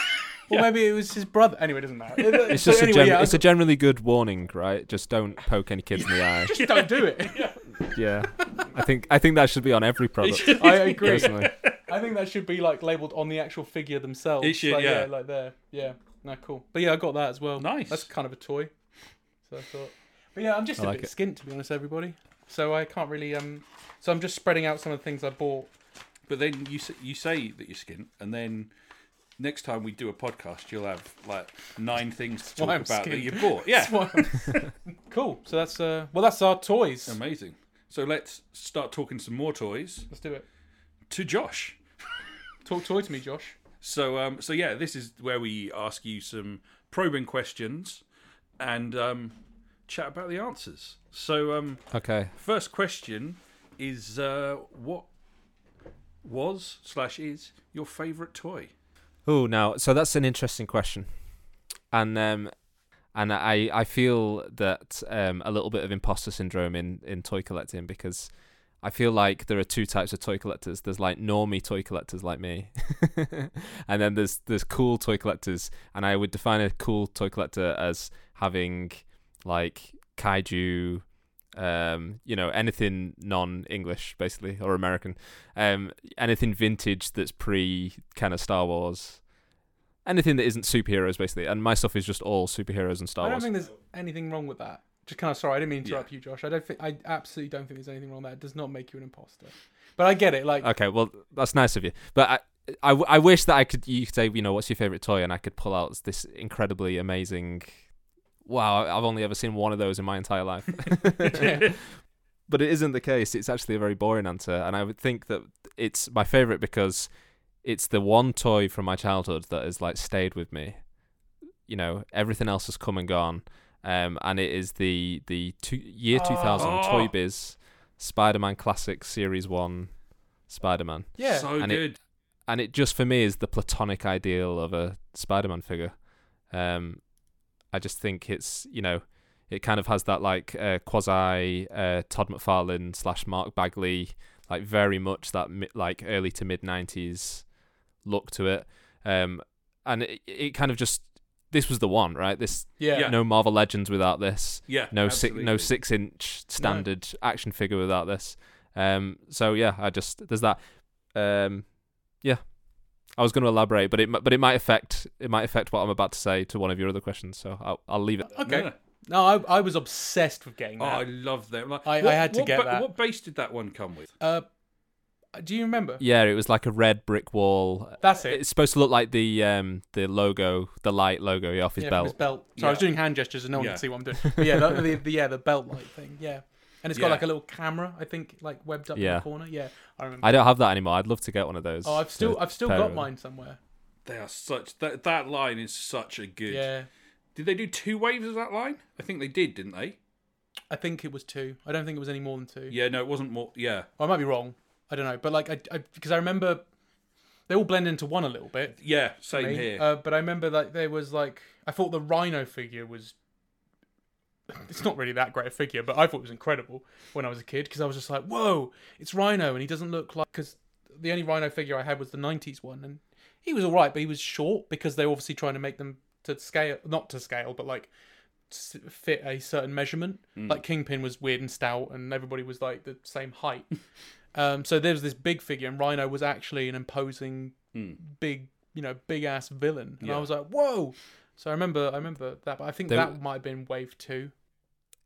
S1: Well, maybe it was his brother. Anyway, it doesn't matter.
S3: It's just a gen- it's a generally good warning, right? Just don't poke any kids in the
S1: <laughs>
S3: eye.
S1: just don't do it.
S3: Yeah, I think I think that should be on every product.
S1: I agree.
S3: Personally,
S1: I think that should be like labeled on the actual figure themselves.
S2: It should,
S1: like,
S2: yeah.
S1: like there, yeah. No, cool. But yeah, I got that as well.
S2: Nice.
S1: That's kind of a toy. So I thought. But yeah, I'm just
S3: I
S1: a
S3: like
S1: bit
S3: it.
S1: skint to be honest, everybody. So I can't really um. So I'm just spreading out some of the things I bought.
S2: But then you s- you say that you're skint, and then next time we do a podcast, you'll have like nine things to
S1: why
S2: talk
S1: I'm
S2: about that
S1: scared.
S2: you
S1: <laughs>
S2: bought. Yeah,
S1: cool. So that's uh, well, that's our toys.
S2: amazing. So let's start talking some more toys
S1: Let's do it.
S2: to Josh.
S1: Talk toy to me, Josh.
S2: So um, so yeah, this is where we ask you some probing questions and um, chat about the answers. So um,
S3: Okay.
S2: First question is uh, what was slash is your favourite toy?
S3: Oh, now so that's an interesting question, and um, and I I feel that um a little bit of imposter syndrome in in toy collecting because I feel like there are two types of toy collectors. There's like normie toy collectors like me, <laughs> and then there's there's cool toy collectors, and I would define a cool toy collector as having like kaiju um you know anything non-english basically or american um anything vintage that's pre kind of Star Wars, anything that isn't superheroes basically. And my stuff is just all superheroes and
S1: I
S3: Star
S1: don't
S3: Wars.
S1: think there's anything wrong with that. Just kind of sorry, I didn't mean to
S2: Yeah.
S1: interrupt you, Josh. I don't think I absolutely don't think there's anything wrong with that. It does not make you an imposter. But I get it. Like
S3: Okay, well that's nice of you, but I. I, w- I wish that I could you could say you know what's your favorite toy and I could pull out this incredibly amazing wow I've only ever seen one of those in my entire life <laughs>
S1: yeah,
S3: but it isn't the case. It's actually a very boring answer, and I would think that it's my favorite because it's the one toy from my childhood that has like stayed with me. You know, everything else has come and gone, um, and it is the the two, year two thousand
S2: Oh.
S3: Toy Biz Spider Man Classic Series One Spider Man,
S1: yeah.
S2: so
S3: and it-
S2: good.
S3: and it just for me is the platonic ideal of a Spider Man figure. Um, I just think it's you know it kind of has that like uh, quasi uh, Todd McFarlane slash Mark Bagley like very much that mi- like early to mid nineties look to it, um, and it, it kind of just this was the one right this
S1: yeah,
S2: Yeah.
S3: no Marvel Legends without this
S2: yeah,
S3: no six no
S2: absolutely.
S3: six inch standard action figure without this. Um, so yeah, I just there's that. Um, yeah, I was going to elaborate, but it mi- but it might affect it might affect what I'm about to say to one of your other questions. So I'll, I'll leave it.
S1: Okay.
S2: Yeah.
S1: No, I, I was obsessed with getting
S2: Oh, I
S1: that.
S2: love them. Like,
S1: I- I had to
S2: what
S1: get that.
S2: What base did that one come with?
S1: Uh, do you remember?
S3: Yeah, it was like a red brick wall.
S1: That's it.
S3: It's supposed to look like the um the logo, the light logo yeah, off his
S1: yeah, from
S3: belt.
S1: his belt. Sorry, I was
S2: Yeah.
S1: doing hand gestures and no one
S2: Yeah.
S1: could see what I'm doing.
S2: <laughs>
S1: But yeah, the, the, the yeah the belt light thing. Yeah, and it's got
S2: Yeah.
S1: like a little camera, I think, like webbed up in
S3: Yeah.
S1: the corner. Yeah, I remember.
S3: I don't have that anymore. I'd love to get one of those.
S1: oh, I've still
S3: to
S1: I've still
S3: pair
S1: got
S3: with-
S1: mine somewhere.
S2: They are such that that line is such a good.
S1: Yeah,
S2: Did they do two waves of that line? I think they did, didn't they?
S1: I think it was two. I don't think it was any more than two.
S2: Yeah, no, it wasn't more. Yeah,
S1: I might be wrong. I don't know, but like I because I, remember they all blend into one a little bit.
S2: yeah, same
S1: me.
S2: here.
S1: Uh, but I remember like there was like I thought the Rhino figure was. It's not really that great a figure, but I thought it was incredible when I was a kid because I was just like, "Whoa, it's Rhino!" and he doesn't look like because the only Rhino figure I had was the '90s one, and he was all right, but he was short because they were obviously trying to make them to scale, not to scale, but like s- fit a certain measurement.
S2: Hmm.
S1: Like Kingpin was weird and stout, and everybody was like the same height. <laughs> um, so there was this big figure, and Rhino was actually an imposing
S2: Hmm.
S1: big, you know, big ass villain. And I
S2: Yeah.
S1: was like, whoa. So I remember, I remember that, but I think
S3: They-
S1: that might have been wave two.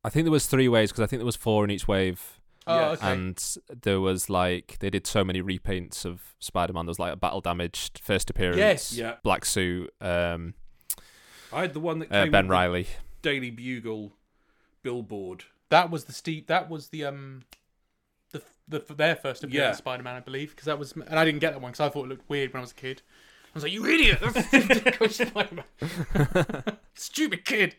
S3: I think there was three waves because I think there was four in each wave.
S1: Oh,
S2: Yeah.
S1: okay.
S3: and there was like they did so many repaints of Spider-Man. There was like a battle damaged first appearance,
S1: Yes.
S2: Yeah.
S3: black suit, um,
S2: I had the one that
S3: uh,
S2: came
S3: Ben
S2: with the
S3: Riley.
S2: Daily Bugle billboard.
S1: that was the steep. That was the um, the the their first appearance
S2: Yeah.
S1: of Spider-Man, I believe, because that was, and I didn't get that one because I thought it looked weird when I was a kid. I was like, you idiot! That's <laughs> Coach Spider-Man. <laughs> Stupid kid.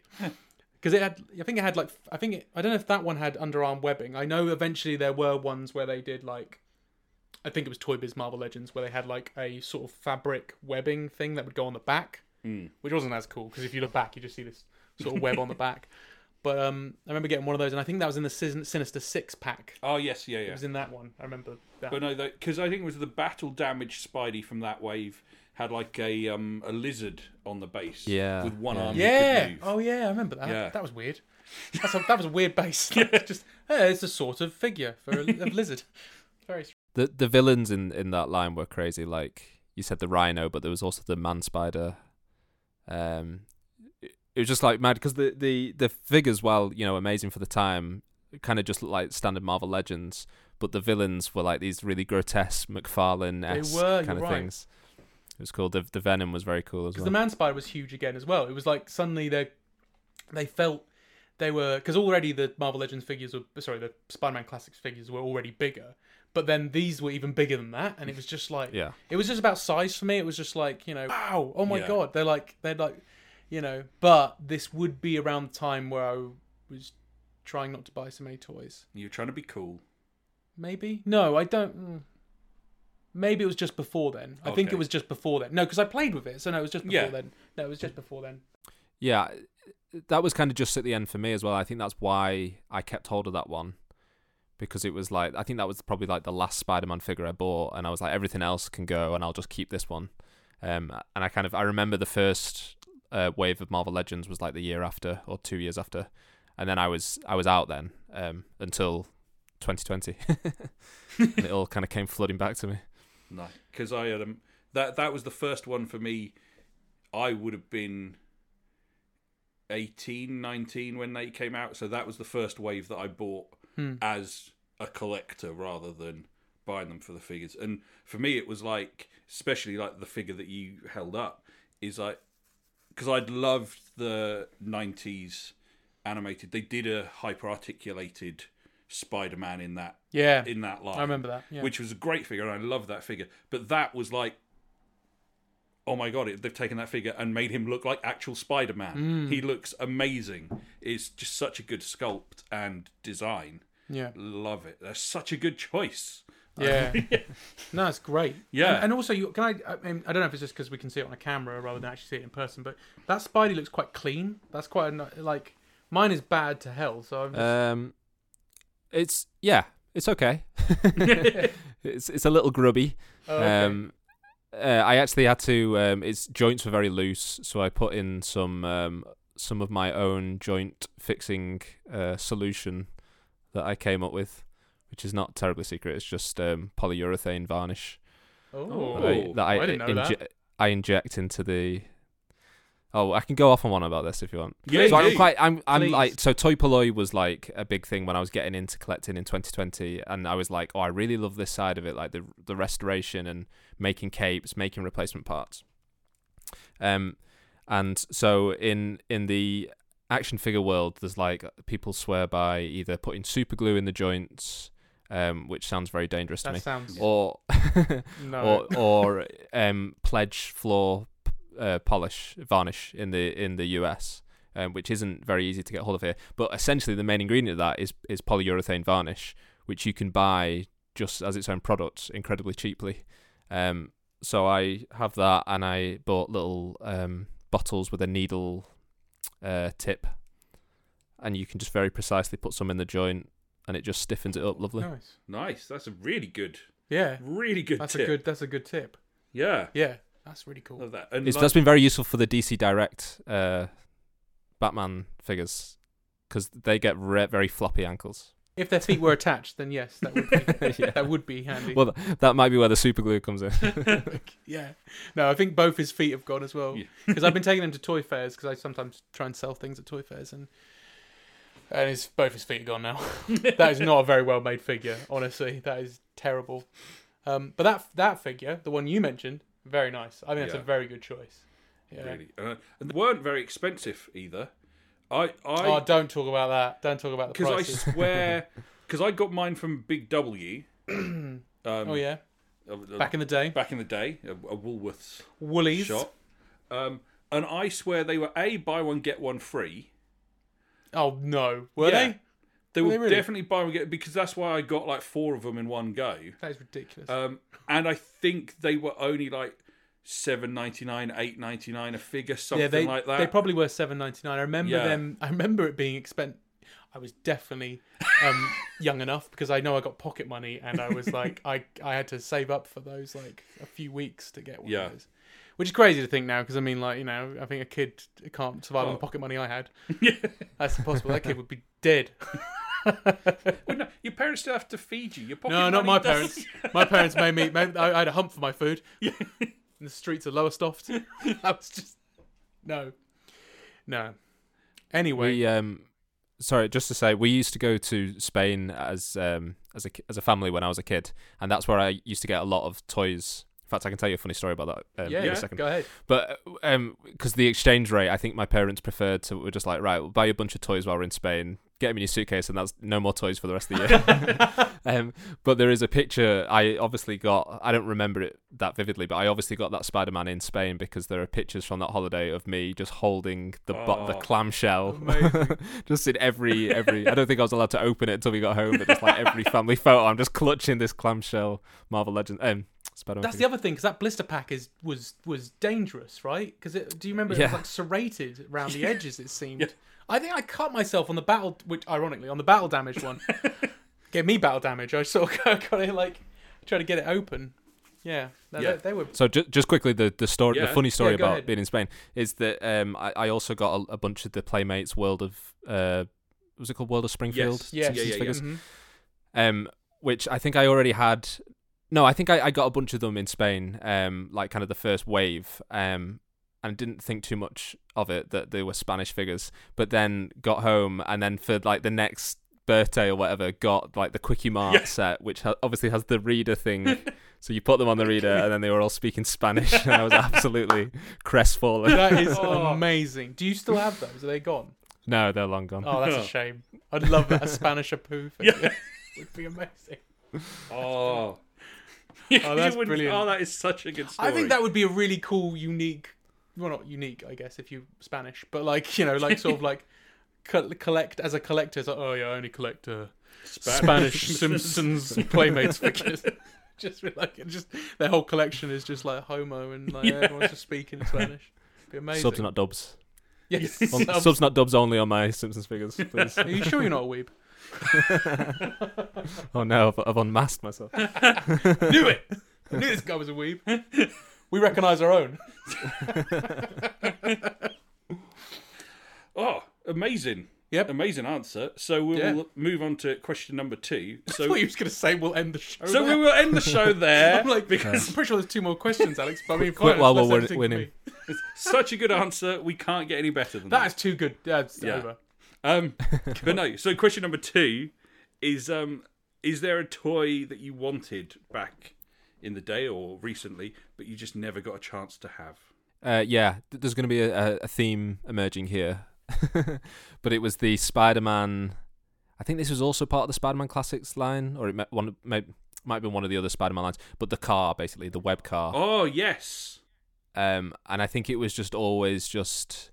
S1: Because it had, I think it had like, I think it, I don't know if that one had underarm webbing. I know eventually there were ones where they did like, I think it was Toy Biz Marvel Legends where they had like a sort of fabric webbing thing that would go on the back,
S2: Hmm.
S1: which wasn't as cool because if you look back, you just see this sort of
S2: <laughs>
S1: web on the back. But um, I remember getting one of those, and I think that was in the Sin- Sinister Six pack.
S2: Oh yes, yeah,
S1: It
S2: yeah.
S1: was in that one. I remember that.
S2: But um, no, because I think it was the battle damage Spidey from that wave had like a um a lizard on the base.
S3: Yeah,
S2: With one
S3: yeah.
S2: arm. He
S1: yeah.
S2: could move.
S1: Oh yeah, I remember that.
S2: Yeah.
S1: That was weird. That's a, that was a weird
S2: <laughs>
S1: base. Like, Just hey, it's a sort of figure for a, a lizard. Very. strange.
S3: The the villains in in that line were crazy. Like you said, the Rhino, but there was also the Man Spider. Um, it, it was just like mad because the the the figures, while you know amazing for the time, kind of just looked like standard Marvel Legends. But the villains were like these really grotesque McFarlane
S1: were, you're
S3: kind of
S1: right.
S3: things. It was cool. The the Venom was very cool as
S1: because
S3: well.
S1: the man spider was huge again as well. It was like suddenly they they felt they were because already the Marvel Legends figures were sorry the Spider Man Classics figures were already bigger, but then these were even bigger than that, and it was just like
S3: yeah.
S1: it was just about size for me. It was just like you know wow oh my
S2: Yeah.
S1: god they're like they're like you know but this would be around the time where I was trying not to buy so many toys.
S2: You're trying to be cool.
S1: Maybe no, I don't. mm. Maybe it was just before then. I think
S2: Okay.
S1: it was just before then. No, because I played with it, so no, it was just before
S2: Yeah.
S1: then. No, it was just before then.
S3: Yeah, that was kind of just at the end for me as well. I think that's why I kept hold of that one because it was like I think that was probably like the last Spider-Man figure I bought, and I was like everything else can go, and I'll just keep this one. Um, and I kind of I remember the first uh, wave of Marvel Legends was like the year after or two years after, and then I was I was out then um, until 2020, <laughs> and it all kind of came flooding back to me.
S2: No, because I had um, that that was the first one for me. I would have been 18, 19 when they came out, so that was the first wave that I bought
S1: Hmm.
S2: as a collector rather than buying them for the figures. And for me, it was like, especially like the figure that you held up is like because I'd loved the '90s animated. They did a hyper articulated Spider-Man in that
S1: Yeah,
S2: in that line.
S1: I remember that. Yeah.
S2: which was a great figure, and I love that figure. But that was like, oh my god, it, they've taken that figure and made him look like actual Spider Man.
S1: Mm.
S2: He looks amazing. It's just such a good sculpt and design. <laughs>
S1: yeah,
S2: Love it. That's such a good choice.
S1: yeah. no, it's great.
S2: Yeah.
S1: and, and also you can I. I, mean, I don't know if it's just because we can see it on a camera rather than actually see it in person, but that Spidey looks quite clean. That's quite a, ni- like mine is bad to hell. So I'm just,
S3: Um, it's yeah, it's okay. <laughs> it's it's a little grubby.
S1: oh, okay.
S3: Um, uh, I actually had to. Um, its joints were very loose, so I put in some um, some of my own joint fixing uh, solution that I came up with, which is not terribly secret. It's just um, polyurethane varnish that
S1: oh,
S3: I, that I,
S1: I didn't know that.
S3: I inject into the. Oh, I can go off on one about this if you want.
S2: Yeah,
S3: <laughs> So I'm
S2: yeah.
S3: quite, I'm, I'm
S1: Please.
S3: like, so Toy Poloi was like a big thing when I was getting into collecting in 2020, and I was like, oh, I really love this side of it, like the the restoration and making capes, making replacement parts. Um, and so in in the action figure world, there's like people swear by either putting super glue in the joints, um, which sounds very dangerous to
S1: that
S3: me,
S1: sounds
S3: or
S1: no.
S3: or or um, pledge floor p- uh, polish varnish in the in the US, um, which isn't very easy to get hold of here. But essentially, the main ingredient of that is is polyurethane varnish, which you can buy just as its own product incredibly cheaply. Um, so I have that, and I bought little um, bottles with a needle uh, tip, and you can just very precisely put some in the joint, and it just stiffens it up lovely.
S1: nice.
S2: Nice. That's a really good,
S1: Yeah,
S2: really good.
S1: that's
S2: tip.
S1: a good. That's a good tip.
S2: Yeah,
S1: Yeah, that's really cool.
S2: love that. And
S3: It's,
S2: like-
S3: that's been very useful for the DC Direct uh, Batman figures because they get re- very floppy ankles.
S1: If their feet were attached, then yes, that would be,
S2: <laughs>
S1: that would be handy.
S3: Well, th- that might be where the super glue comes in.
S1: <laughs> yeah. No, I think both his feet have gone as well.
S2: Yeah.
S1: Because I've been taking him to toy fairs because I sometimes try and sell things at toy fairs and and his both his feet are gone now. <laughs> that is not a very well made figure, honestly. That is terrible. Um, but that that figure, the one you mentioned, very nice. I think that's
S2: Yeah.
S1: a very good choice. Yeah.
S2: really, uh, and they weren't very expensive either. I, I, <laughs>
S1: Oh, don't talk about that. Don't talk about the
S2: because I
S1: prices. <laughs>
S2: swear, because I got mine from Big W.
S1: oh yeah,
S2: of- of-
S1: back in the day,
S2: back in the day, a, a Woolworths
S1: Woolies.
S2: shop. Um, and I swear they were a buy one get one free.
S1: Oh no, were
S2: Yeah.
S1: they?
S2: They
S1: Were
S2: were
S1: Oh, they really?
S2: definitely buy one get because that's why I got like four of them in one go.
S1: That is ridiculous.
S2: Um, and I think they were only like seven ninety nine, eight ninety nine a figure, something
S1: yeah, they
S2: like that.
S1: they probably were seven ninety nine. I remember
S2: Yeah.
S1: them. I remember it being expen. I was definitely
S2: <laughs>
S1: um, young enough because I know I got pocket money and I was like, I I had to save up for those like a few weeks to get one
S2: Yeah.
S1: of those. Which is crazy to think now, because I mean, like you know, I think a kid can't survive
S2: Oh.
S1: on the pocket money I
S2: <laughs>
S1: had. That's impossible. That kid would be dead.
S2: Well, no, your parents still have to feed you. Your pocket
S1: No, not
S2: money
S1: my
S2: does-
S1: parents. <laughs> My parents made me. Made, I, I had a hump for my food. In the streets of <laughs> Lowestoft, I was just no, no. <laughs> Anyway,
S3: we, um, sorry, just to say, we used to go to Spain as um, as a ki- as a family when I was a kid, and that's where I used to get a lot of toys In fact, I can tell you a funny story about that um,
S1: yeah,
S3: in
S1: yeah,
S3: a second.
S1: go ahead.
S3: But because the exchange rate, I think my parents preferred to were just like, right, we'll buy you a bunch of toys while we're in Spain, get them in your suitcase, and that's no more toys for the rest of
S1: <laughs>
S3: the year. um, but there is a picture I obviously got. I don't remember it that vividly, but I obviously got that Spider Man in Spain because there are pictures from that holiday of me just holding the bo- the
S2: Oh,
S3: clamshell,
S1: amazing.
S3: <laughs> just in every every. I don't think I was allowed to open it until we got home, but just like every family photo, I'm just clutching this clamshell Marvel Legend. Um, Spider-Man
S1: That's
S3: figure.
S1: the other thing because that blister pack is was was dangerous, right? Because do you remember it was
S3: Yeah.
S1: like serrated around <laughs> the edges? It seemed. I think I cut myself on the battle, which ironically on the battle damage <laughs> one gave me battle damage. I sort of <laughs> got- got it like try to get it open. Yeah, No,
S2: Yeah.
S1: They, they were.
S3: So ju- just quickly, the the story,
S2: Yeah.
S3: the funny story
S1: Yeah, go
S3: about
S1: ahead.
S3: being in Spain is that um, I, I also got a, a bunch of the Playmates World of uh, was it called World of Springfield?
S2: Yes.
S1: Yes.
S3: Simpsons
S2: Yeah, yeah, yeah.
S3: figures,
S1: Mhm.
S3: Um, which I think I already had. No, I think I, I got a bunch of them in Spain, um, like kind of the first wave, um, and didn't think too much of it that they were Spanish figures. But then got home, and then for like the next birthday or whatever, got like the Quickie Mart
S2: Yeah.
S3: set, which ha- obviously has the reader thing. so you put them on the reader, and then they were all speaking Spanish, and I was absolutely
S1: <laughs>
S3: crestfallen.
S1: That is
S2: Oh.
S1: amazing. Do you still have those? Are they gone?
S3: No, they're long gone.
S1: Oh, that's a shame. I'd love that a Spanish apoo figure.
S2: <laughs>
S1: <laughs>
S2: Yeah.
S1: would be amazing.
S2: Oh.
S1: Oh, that's
S2: <laughs> You wouldn't-
S1: brilliant.
S2: Oh, that is such a good story.
S1: I think that would be a really cool, unique. Well, not unique, I guess, if you Spanish, but like you know, like sort of like <laughs> co- collect as a collector. It's like, oh yeah, I only collect uh, Spanish <laughs> Simpsons and Playmates <laughs> figures. just be like, it just their whole collection is just like Homo and like everyone's just speaking Spanish. It'd be amazing.
S3: Subs not dubs.
S1: yes. <laughs>
S3: On-
S1: subs.
S3: subs not dubs only on my Simpsons figures, please.
S1: Are you sure you're not a weeb?
S3: oh no, I've, I've unmasked myself.
S1: knew it. I knew this guy was a weeb. We recognise our own.
S2: Oh, amazing.
S1: Yep.
S2: Amazing answer. So we'll
S1: Yeah.
S2: move on to question number two.
S1: <laughs> I
S2: So,
S1: thought he was going to say we'll end the show.
S2: so
S1: there. <laughs>
S2: we will end the show there.
S1: I'm like, <laughs> because I'm pretty sure there's two more questions, Alex. But I mean,
S3: Quick
S1: fine,
S3: while
S1: that's
S3: we're
S1: everything for
S3: winning.
S1: me.
S2: Such a good answer. We can't get any better than
S1: That
S2: that.
S1: is too good. That's
S2: Yeah.
S1: over. <laughs>
S2: Um, but no. So question number two is: um, Is there a toy that you wanted back in the day or recently, but you just never got a chance to have?
S3: Uh, yeah, th- there's going to be a, a- a theme emerging here, <laughs> but it was the Spider-Man. I think this was also part of the Spider-Man Classics line, or it might, one, might, might have been one of the other Spider-Man lines. But the car, basically, the web car.
S2: Oh yes.
S3: um, and I think it was just always just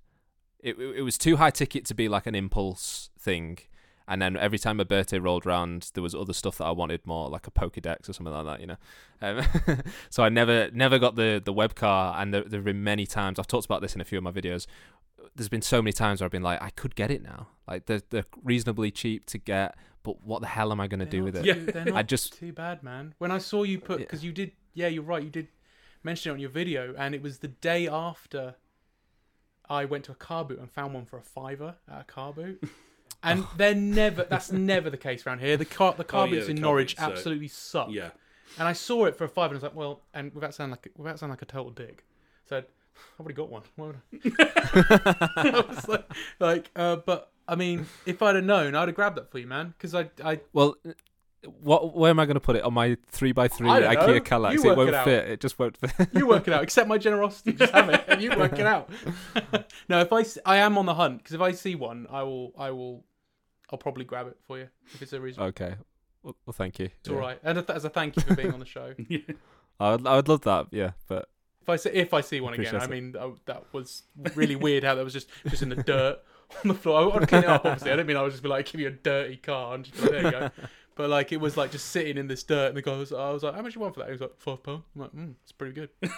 S3: it, it it was too high ticket to be like an impulse thing. And then every time my birthday rolled round, there was other stuff that I wanted more, like a Pokédex or something like that, you know. Um, <laughs> so I never never got the the web car, and there, there have been many times I've talked about this in a few of my videos. There's been so many times where I've been like, I could get it now, like they're they're reasonably cheap to get, but what the hell am I gonna do with it?
S1: Yeah, they're not
S3: I just
S1: too bad, man. When I saw you put,
S3: Yeah.
S1: because you did, yeah, you're right. You did mention it on your video, and it was the day after I went to a car boot and found one for a fiver at a car boot.
S3: <laughs>
S1: And they're never. That's never the case around here. The car, the car
S2: Oh, yeah,
S1: boots
S2: the
S1: in
S2: car
S1: Norwich
S2: boots, uh,
S1: absolutely suck.
S2: Yeah. <laughs>
S1: And I saw it for a five, and I was like, well, and without sound like without sound like a total dick, so I'd already got one. Why would <laughs> I? I was like, like, uh, but I mean, if I'd have known, I'd have grabbed that for you, man, because I, I,
S3: Well, what? Where am I going to put it on my three by three
S1: I don't
S3: IKEA
S1: know.
S3: Kallax?
S1: You
S3: It
S1: work it
S3: won't
S1: out.
S3: fit. It just won't fit.
S1: you work it out. Accept my generosity, just have it, and you work it
S3: <laughs>
S1: out. no, if I, s- I am on the hunt because if I see one, I will, I will, I'll probably grab it for you if it's a reason.
S3: <laughs> okay. Well, well, thank you.
S1: It's all right, and a- as a thank you for being on the show.
S2: Oh,
S3: I would, I would love that. Yeah,
S1: <laughs>
S3: but
S1: If I see, if I see one again,
S3: Appreciate
S1: I
S3: it.
S1: mean I, that was really weird how that was just just in the dirt <laughs> on the floor. I would clean it up obviously. I didn't mean I would just be like give you a dirty car and just be like, there you go. But like it was like just sitting in this dirt and the guy was I was like how much you want for that? He was like five pound. I'm like mm, it's pretty good. <laughs>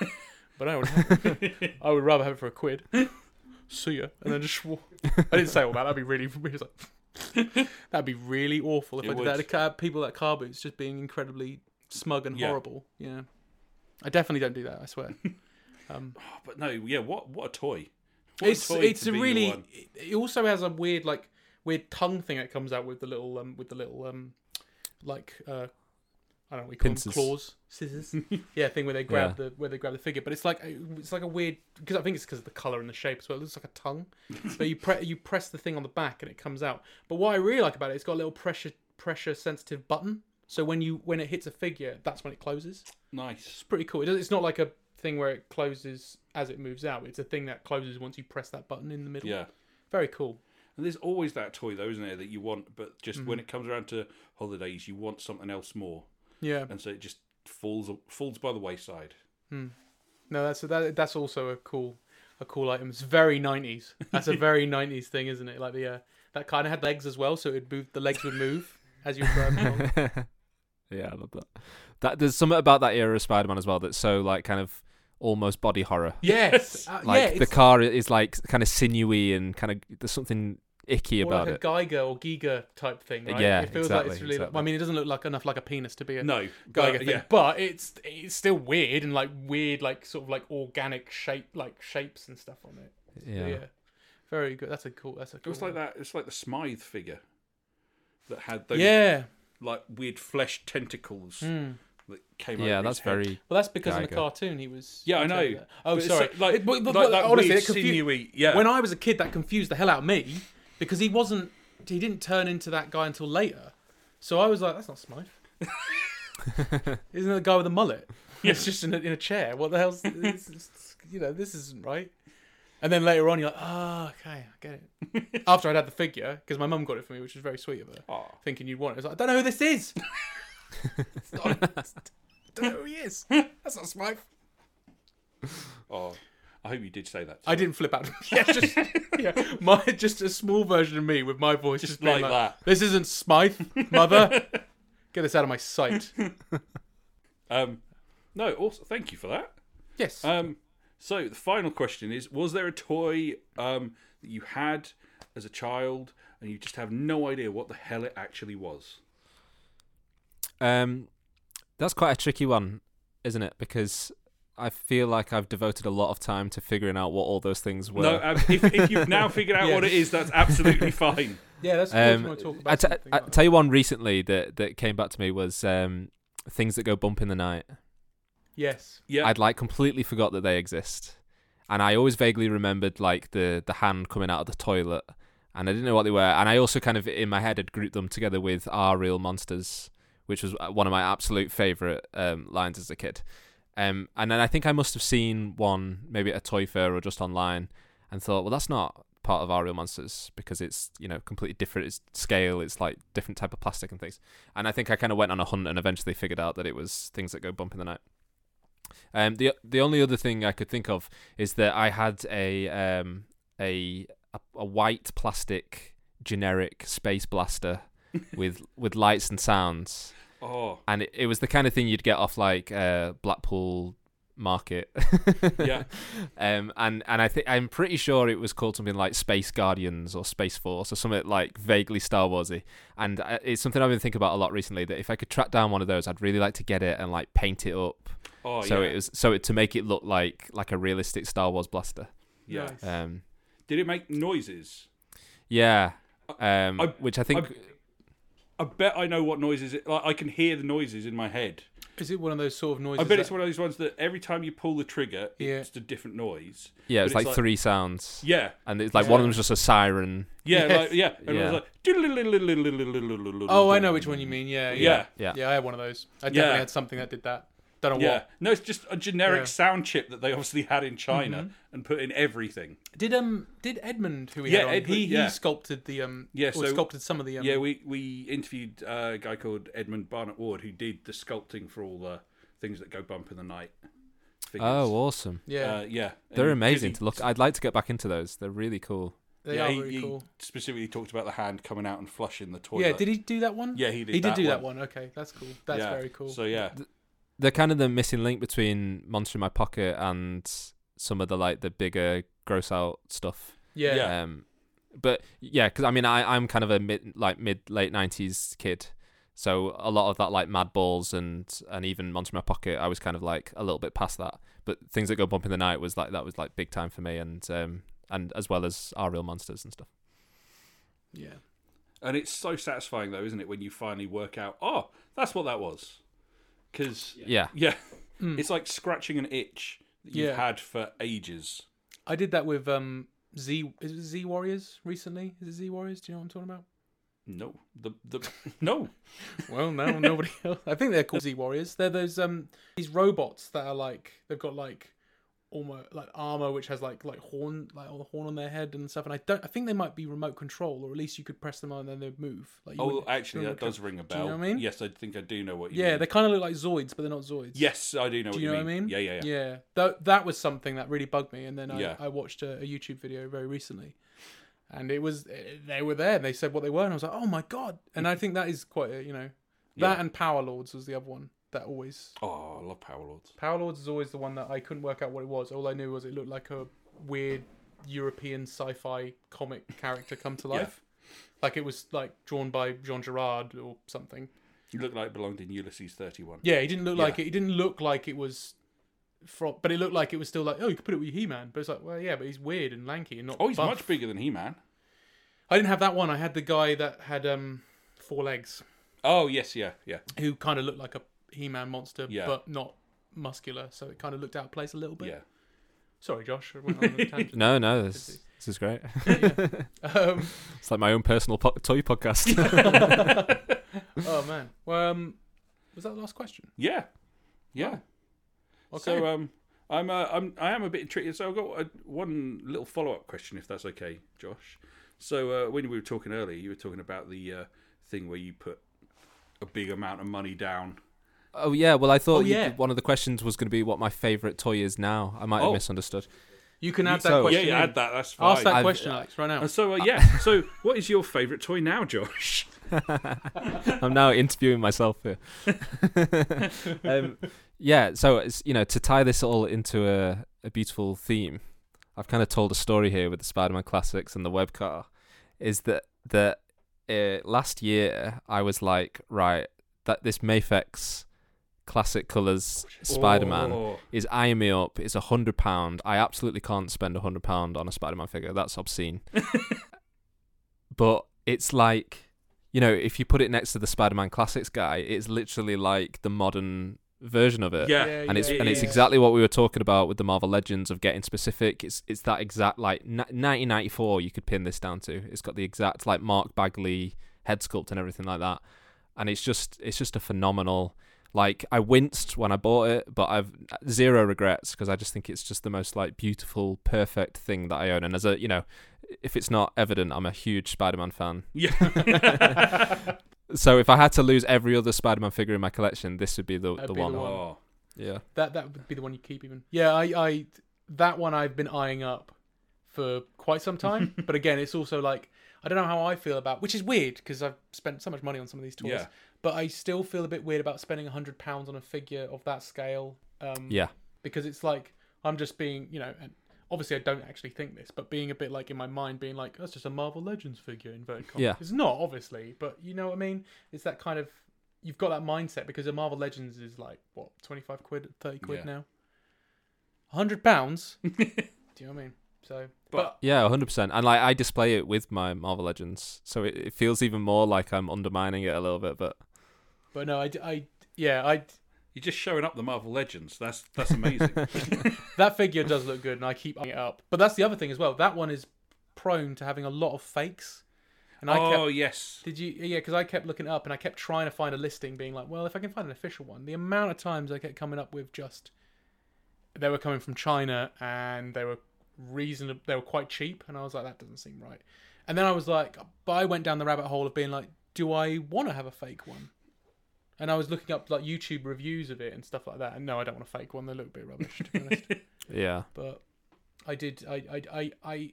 S1: But I would I would rather have it for a quid. <laughs> See ya, and then just walk. I didn't say all that. That'd be really he was like, <laughs> that'd be really awful if
S2: It
S1: I did
S2: would.
S1: that. The car- People at car boots just being incredibly smug and
S2: Yeah.
S1: horrible. Yeah, I definitely don't do that. I
S2: <laughs>
S1: swear. Um,
S2: Oh, but no. Yeah. What? What a toy. What
S1: it's
S2: toy
S1: it's
S2: to
S1: a
S2: be your
S1: really
S2: one.
S1: it- it also has a weird like weird tongue thing that comes out with the little um with the little um like uh I don't know what we call them,
S3: Pincers.
S1: claws
S2: <laughs>
S1: scissors yeah thing where they grab the where they grab the figure but it's like a- it's like a weird because I think it's because of the color and the shape as well it looks like a tongue
S2: <laughs>
S1: but you pre- you press the thing on the back and it comes out but what I really like about it it's got a little pressure pressure sensitive button so when you when it hits a figure that's when it closes
S2: Nice.
S1: It's pretty cool. It does, it's not like a thing where it closes as it moves out. It's a thing that closes once you press that button in the middle.
S2: Yeah.
S1: Very cool.
S2: And there's always that toy though, isn't there, that you want, but just
S1: Mm-hmm.
S2: when it comes around to holidays, you want something else more,
S1: Yeah.
S2: and so it just falls falls by the wayside.
S1: No, that's that, that's also a cool a cool item. It's very 90s.
S3: <laughs>
S1: That's a very 90s thing, isn't it? Like the uh, that kind of had legs as well, so it would move. The legs would
S3: <laughs>
S1: move as you drive along.
S3: yeah, I love that. That there's something about that era of Spider-Man as well that's so like kind of almost body horror.
S1: yes. Uh,
S3: Like
S1: yeah.
S3: the
S1: It's
S3: car is like kind of sinewy and kind of there's something icky
S1: more
S3: about
S1: like
S3: it.
S1: a Geiger or Giga type thing, right?
S3: Yeah,
S1: It feels like it's
S3: exactly,
S1: really.
S3: exactly.
S1: I mean, it doesn't look like enough like a penis to be a
S2: No,
S1: Geiger
S2: but,
S1: thing,
S2: yeah,
S1: but it's it's still weird and like weird, like sort of like organic shape, like shapes and stuff on it.
S3: yeah.
S1: Very good. That's a cool. That's a
S2: it
S1: cool.
S2: was like
S1: one.
S2: that. It's like the Smythe figure that had those
S1: Yeah.
S2: like weird flesh tentacles that came.
S3: Yeah,
S2: over
S3: that's
S2: his head.
S3: very
S1: Well, that's because in the
S3: Geiger.
S1: cartoon he was.
S2: Yeah,
S1: he
S2: I
S1: was
S2: know.
S1: like that. Oh,
S2: But it's
S1: sorry.
S2: like- like-
S1: It- but- but-
S2: like
S1: but
S2: that
S1: honestly,
S2: weird
S1: it confused-
S2: sinewy- yeah.
S1: When I was a kid, that confused the hell out of me because he wasn't. He didn't turn into that guy until later. So I was like, "That's not Smythe." Isn't it the guy with the mullet? It's just in a, in a chair. What the hell's this is, you know? This isn't right. And then later on, you're like, "Oh, okay, I get it." After I'd had the figure, because my mum got it for me, which was very sweet of her,
S2: Aw.
S1: thinking you'd want it. I was like, "I don't know who this is." It's not- don't know who he is. That's not Smythe.
S2: Oh, I hope you did say that.
S1: I didn't flip
S2: <laughs>
S1: out. yeah, just yeah, my just a small version of me with my voice just, being
S2: like
S1: like
S2: that.
S1: This isn't Smythe, mother. Get us out of my
S2: <laughs>
S1: sight.
S2: Um, no. Also, thank you for that.
S1: Yes.
S2: Um, so the final question is: Was there a toy um, that you had as a child and you just have no idea what the hell it actually was?
S3: Um, that's quite a tricky one, isn't it? Because I feel like I've devoted a lot of time to figuring out what all those things were.
S2: no, um, if, if you've now figured out
S1: Yeah.
S2: what it is, that's absolutely fine.
S1: yeah, that's what
S3: um,
S1: we want to talk about.
S3: I, t-
S1: something
S3: I
S1: like
S3: tell you one recently that that came back to me was um, things that go bump in the night.
S1: that. yes.
S2: Yeah,
S3: I'd like completely forgot that they exist, and I always vaguely remembered like the the hand coming out of the toilet, and I didn't know what they were. And I also kind of in my head had grouped them together with our real monsters, which was uh, one of my absolute favorite um, lines as a kid. Um, and then I think I must have seen one maybe at a toy fair or just online, and thought, well, that's not part of our real monsters because it's you know completely different. It's scale. It's like different type of plastic and things. And I think I kind of went on a hunt and eventually figured out that it was things that go bump in the night. Um, the the only other thing I could think of is that I had a um a a, a white plastic generic space blaster with with lights and sounds,
S2: Oh,
S3: and it, it was the kind of thing you'd get off like uh, Blackpool Market.
S2: yeah.
S3: Um, and and I think I'm pretty sure it was called something like Space Guardians or Space Force or something like vaguely Star Warsy. And I, it's something I've been thinking about a lot recently. That if I could track down one of those, I'd really like to get it and like paint it up.
S2: Oh,
S3: so
S2: yeah.
S3: it was so it, to make it look like like a realistic Star Wars blaster.
S2: yeah.
S1: Nice.
S3: Um,
S2: Did it make noises?
S3: yeah. Um,
S2: Uh, I-
S3: which I think.
S2: I bet I know what noises. It, like I can hear the noises in my head.
S1: Is it one of those sort of noises?
S2: I bet
S1: that-
S2: it's one of those ones that every time you pull the trigger,
S1: Yeah.
S2: it's a different noise.
S3: yeah,
S2: but
S3: it's like, three sounds,
S2: Yeah,
S3: and it's like one of them's just a siren.
S2: yeah,
S1: Yes.
S2: like, yeah. And
S3: Yeah.
S2: It was like,
S1: Oh, I know which one you mean. Yeah, yeah.
S3: Yeah.
S1: I had one of those. I definitely
S2: Yeah.
S1: had something that did that. Don't know
S2: Yeah.
S1: what.
S2: No, it's just a generic
S1: Yeah. Mm-hmm.
S2: sound chip that they obviously had in China and put in everything.
S1: Did um did Edmund who we
S2: Yeah,
S1: had on,
S2: Edmund,
S1: he,
S2: yeah.
S1: he sculpted the um
S2: Yeah,
S1: or
S2: so-
S1: sculpted some of the um
S2: Yeah, we, we interviewed uh, a guy called Edmund Barnett Ward who did the sculpting for all the things that go bump in the night. figures.
S3: Oh, awesome!
S1: yeah,
S2: Uh, yeah.
S3: They're
S2: And
S3: amazing
S2: Dizzy-
S3: to look. I'd like to get back into those. They're really cool.
S1: they
S2: yeah,
S1: are
S2: he,
S1: very
S2: he
S1: cool.
S2: specifically talked about the hand coming out and flushing the toilet.
S1: Yeah, did he do that one?
S2: Yeah, he did
S1: He did
S2: that
S1: do that one. Okay, that's cool. That's
S2: Yeah.
S1: very cool.
S2: So yeah,
S3: they're kind of the missing link between Monster in My Pocket and some of the like the bigger gross out stuff.
S1: yeah.
S2: yeah.
S3: Um, but yeah, because I mean, I I'm kind of a mid like mid late nineties kid, so a lot of that like Mad Balls and and even Monster in My Pocket, I was kind of like a little bit past that. But things that go bump in the night was like that was like big time for me, and um and as well as our real monsters and stuff.
S1: yeah.
S2: and it's so satisfying though, isn't it, when you finally work out? Oh, that's what that was. Because
S3: Yeah,
S2: yeah, it's like scratching an itch that you've
S1: Hmm. Yeah.
S2: had for ages.
S1: I did that with um Z is it Z Warriors recently. Is it Z Warriors? Do you know what I'm talking about?
S2: No, the the
S1: <laughs>
S2: no.
S1: Well, no, <laughs> nobody else. I think they're called Z Warriors. They're those um these robots that are like they've got like almost like armor which has like like horn like all the horn on their head and stuff. And I don't. I think they might be remote control, or at least you could press them on and then they'd move. Like you
S2: Oh,
S1: wouldn't-
S2: actually,
S1: you
S2: that
S1: wouldn't
S2: does ring
S1: you
S2: a bell.
S1: know what I mean?
S2: Yes, I think I do know what you
S1: Yeah,
S2: mean.
S1: they kind of look like Zoids, but they're not Zoids.
S2: Yes, I do know
S1: Do
S2: what
S1: you
S2: you,
S1: know
S2: mean.
S1: what I mean?
S2: Yeah, yeah, yeah.
S1: Yeah, that that was something that really bugged me, and then I,
S2: Yeah.
S1: I watched a, a YouTube video very recently, and it was eh, they were there. and They said what they were, and I was like, oh my god! And I think that is quite a, you know that
S2: Yeah.
S1: and Power Lords was the other one that always
S2: Oh, I love Power Lords.
S1: Power Lords is always the one that I couldn't work out what it was. All I knew was it looked like a weird European sci-fi comic character come
S2: <laughs>
S1: to life, like it was like drawn by Jean Girard or something.
S2: You look like it belonged in Ulysses 31.
S1: Yeah, he didn't look
S2: Yeah.
S1: like it. He didn't look like it was from, but it looked like it was still like, oh, you could put it with He Man, but it's like, well, yeah, but he's weird and lanky and not.
S2: Oh, he's
S1: buff.
S2: much bigger than He Man.
S1: I didn't have that one. I had the guy that had um four legs,
S2: Oh, yes, yeah, yeah.
S1: who kind of looked like a He Man monster,
S2: Yeah.
S1: but not muscular, so it kind of looked out of place a little bit.
S2: Yeah.
S1: Sorry, Josh. I went on
S2: <laughs>
S1: a tangent.
S3: No, no, this, this is great. <laughs>
S1: Um,
S3: It's like my own personal po- toy podcast.
S1: oh man. Well, um, was that the last question?
S2: Yeah. Yeah.
S1: Okay.
S2: So um I'm uh, I'm I am a bit intrigued. So I've got a, one little follow-up question if that's okay, Josh. So uh, when we were talking earlier, you were talking about the uh, thing where you put a big amount of money down.
S3: oh yeah, well I thought
S1: Oh,
S3: you-
S1: yeah.
S3: one of the questions was going to be what my favorite toy is now. I might have
S2: Oh.
S3: misunderstood.
S1: you can add that
S3: so-
S2: uh, Yeah,
S1: question.
S2: yeah,
S1: in.
S2: add that. That's fine.
S1: Ask that
S3: I've-
S1: question, Alex, right now.
S2: <laughs> And so uh, yeah, so what is your favorite toy now, Josh?
S3: I'm now interviewing myself here. um, yeah, so it's you know to tie this all into a, a beautiful theme. I've kind of told a story here with the Spider-Man classics and the web car. Is that that uh, last year I was like right that this Mafex classic colors <laughs> Spider-Man <laughs>
S2: Oh,
S3: is eyeing me up. It's a hundred pound. I absolutely can't spend a hundred pound on a Spider-Man figure. That's obscene. but it's like, you know, if you put it next to the Spider-Man classics guy, it's literally like the modern version of it.
S2: Yeah.
S3: And it's
S2: yeah,
S3: and it's
S2: yeah.
S3: exactly what we were talking about with the Marvel Legends of getting specific. It's it's that exact like ni- 1994. You could pin this down to. It's got the exact like Mark Bagley head sculpt and everything like that. And it's just it's just a phenomenal. Like I winced when I bought it, but I've zero regrets because I just think it's just the most like beautiful, perfect thing that I own. And as a you know, if it's not evident, I'm a huge Spider-Man fan.
S2: yeah.
S3: <laughs> So if I had to lose every other Spider-Man figure in my collection, this would be the,
S1: That'd
S3: the
S1: be the
S3: one.
S1: one.
S2: oh,
S3: Yeah.
S1: That that would be the one you keep even. Yeah, I, I that one I've been eyeing up for quite some time. but again, it's also like I don't know how I feel about, which is weird because I've spent so much money on some of these toys.
S2: Yeah.
S1: But I still feel a bit weird about spending hundred pounds on a figure of that scale. Um,
S3: Yeah.
S1: Because it's like I'm just being, you know, and obviously I don't actually think this, but being a bit like in my mind, being like that's just a Marvel Legends figure in commas.
S3: Yeah.
S1: It's not obviously, but you know what I mean. It's that kind of you've got that mindset because a Marvel Legends is like what twenty five quid, thirty quid
S2: Yeah.
S1: now. Hundred
S2: <laughs>
S1: pounds. Do you know what I mean? So, but,
S2: But-
S3: Yeah, hundred percent. And like I display it with my Marvel Legends, so it, it feels even more like I'm undermining it a little bit. But
S1: but no, I, d- I- yeah, I
S2: you're just showing up the Marvel Legends. That's that's <laughs> amazing.
S1: that figure does look good, and I keep eyeing it up. But that's the other thing as well. That one is prone to having a lot of fakes, and I kept
S2: oh yes.
S1: Did you? Yeah, because I kept looking up and I kept trying to find a listing, being like, well, if I can find an official one. The amount of times I kept coming up with just they were coming from China and they were reasonable, they were quite cheap, and I was like, that doesn't seem right. And then I was like, but I went down the rabbit hole of being like, do I want to have a fake one? And I was looking up like YouTube reviews of it and stuff like that. And no, I don't want a fake one. They look a bit rubbish, to be honest
S3: yeah,
S1: but I did I I I, I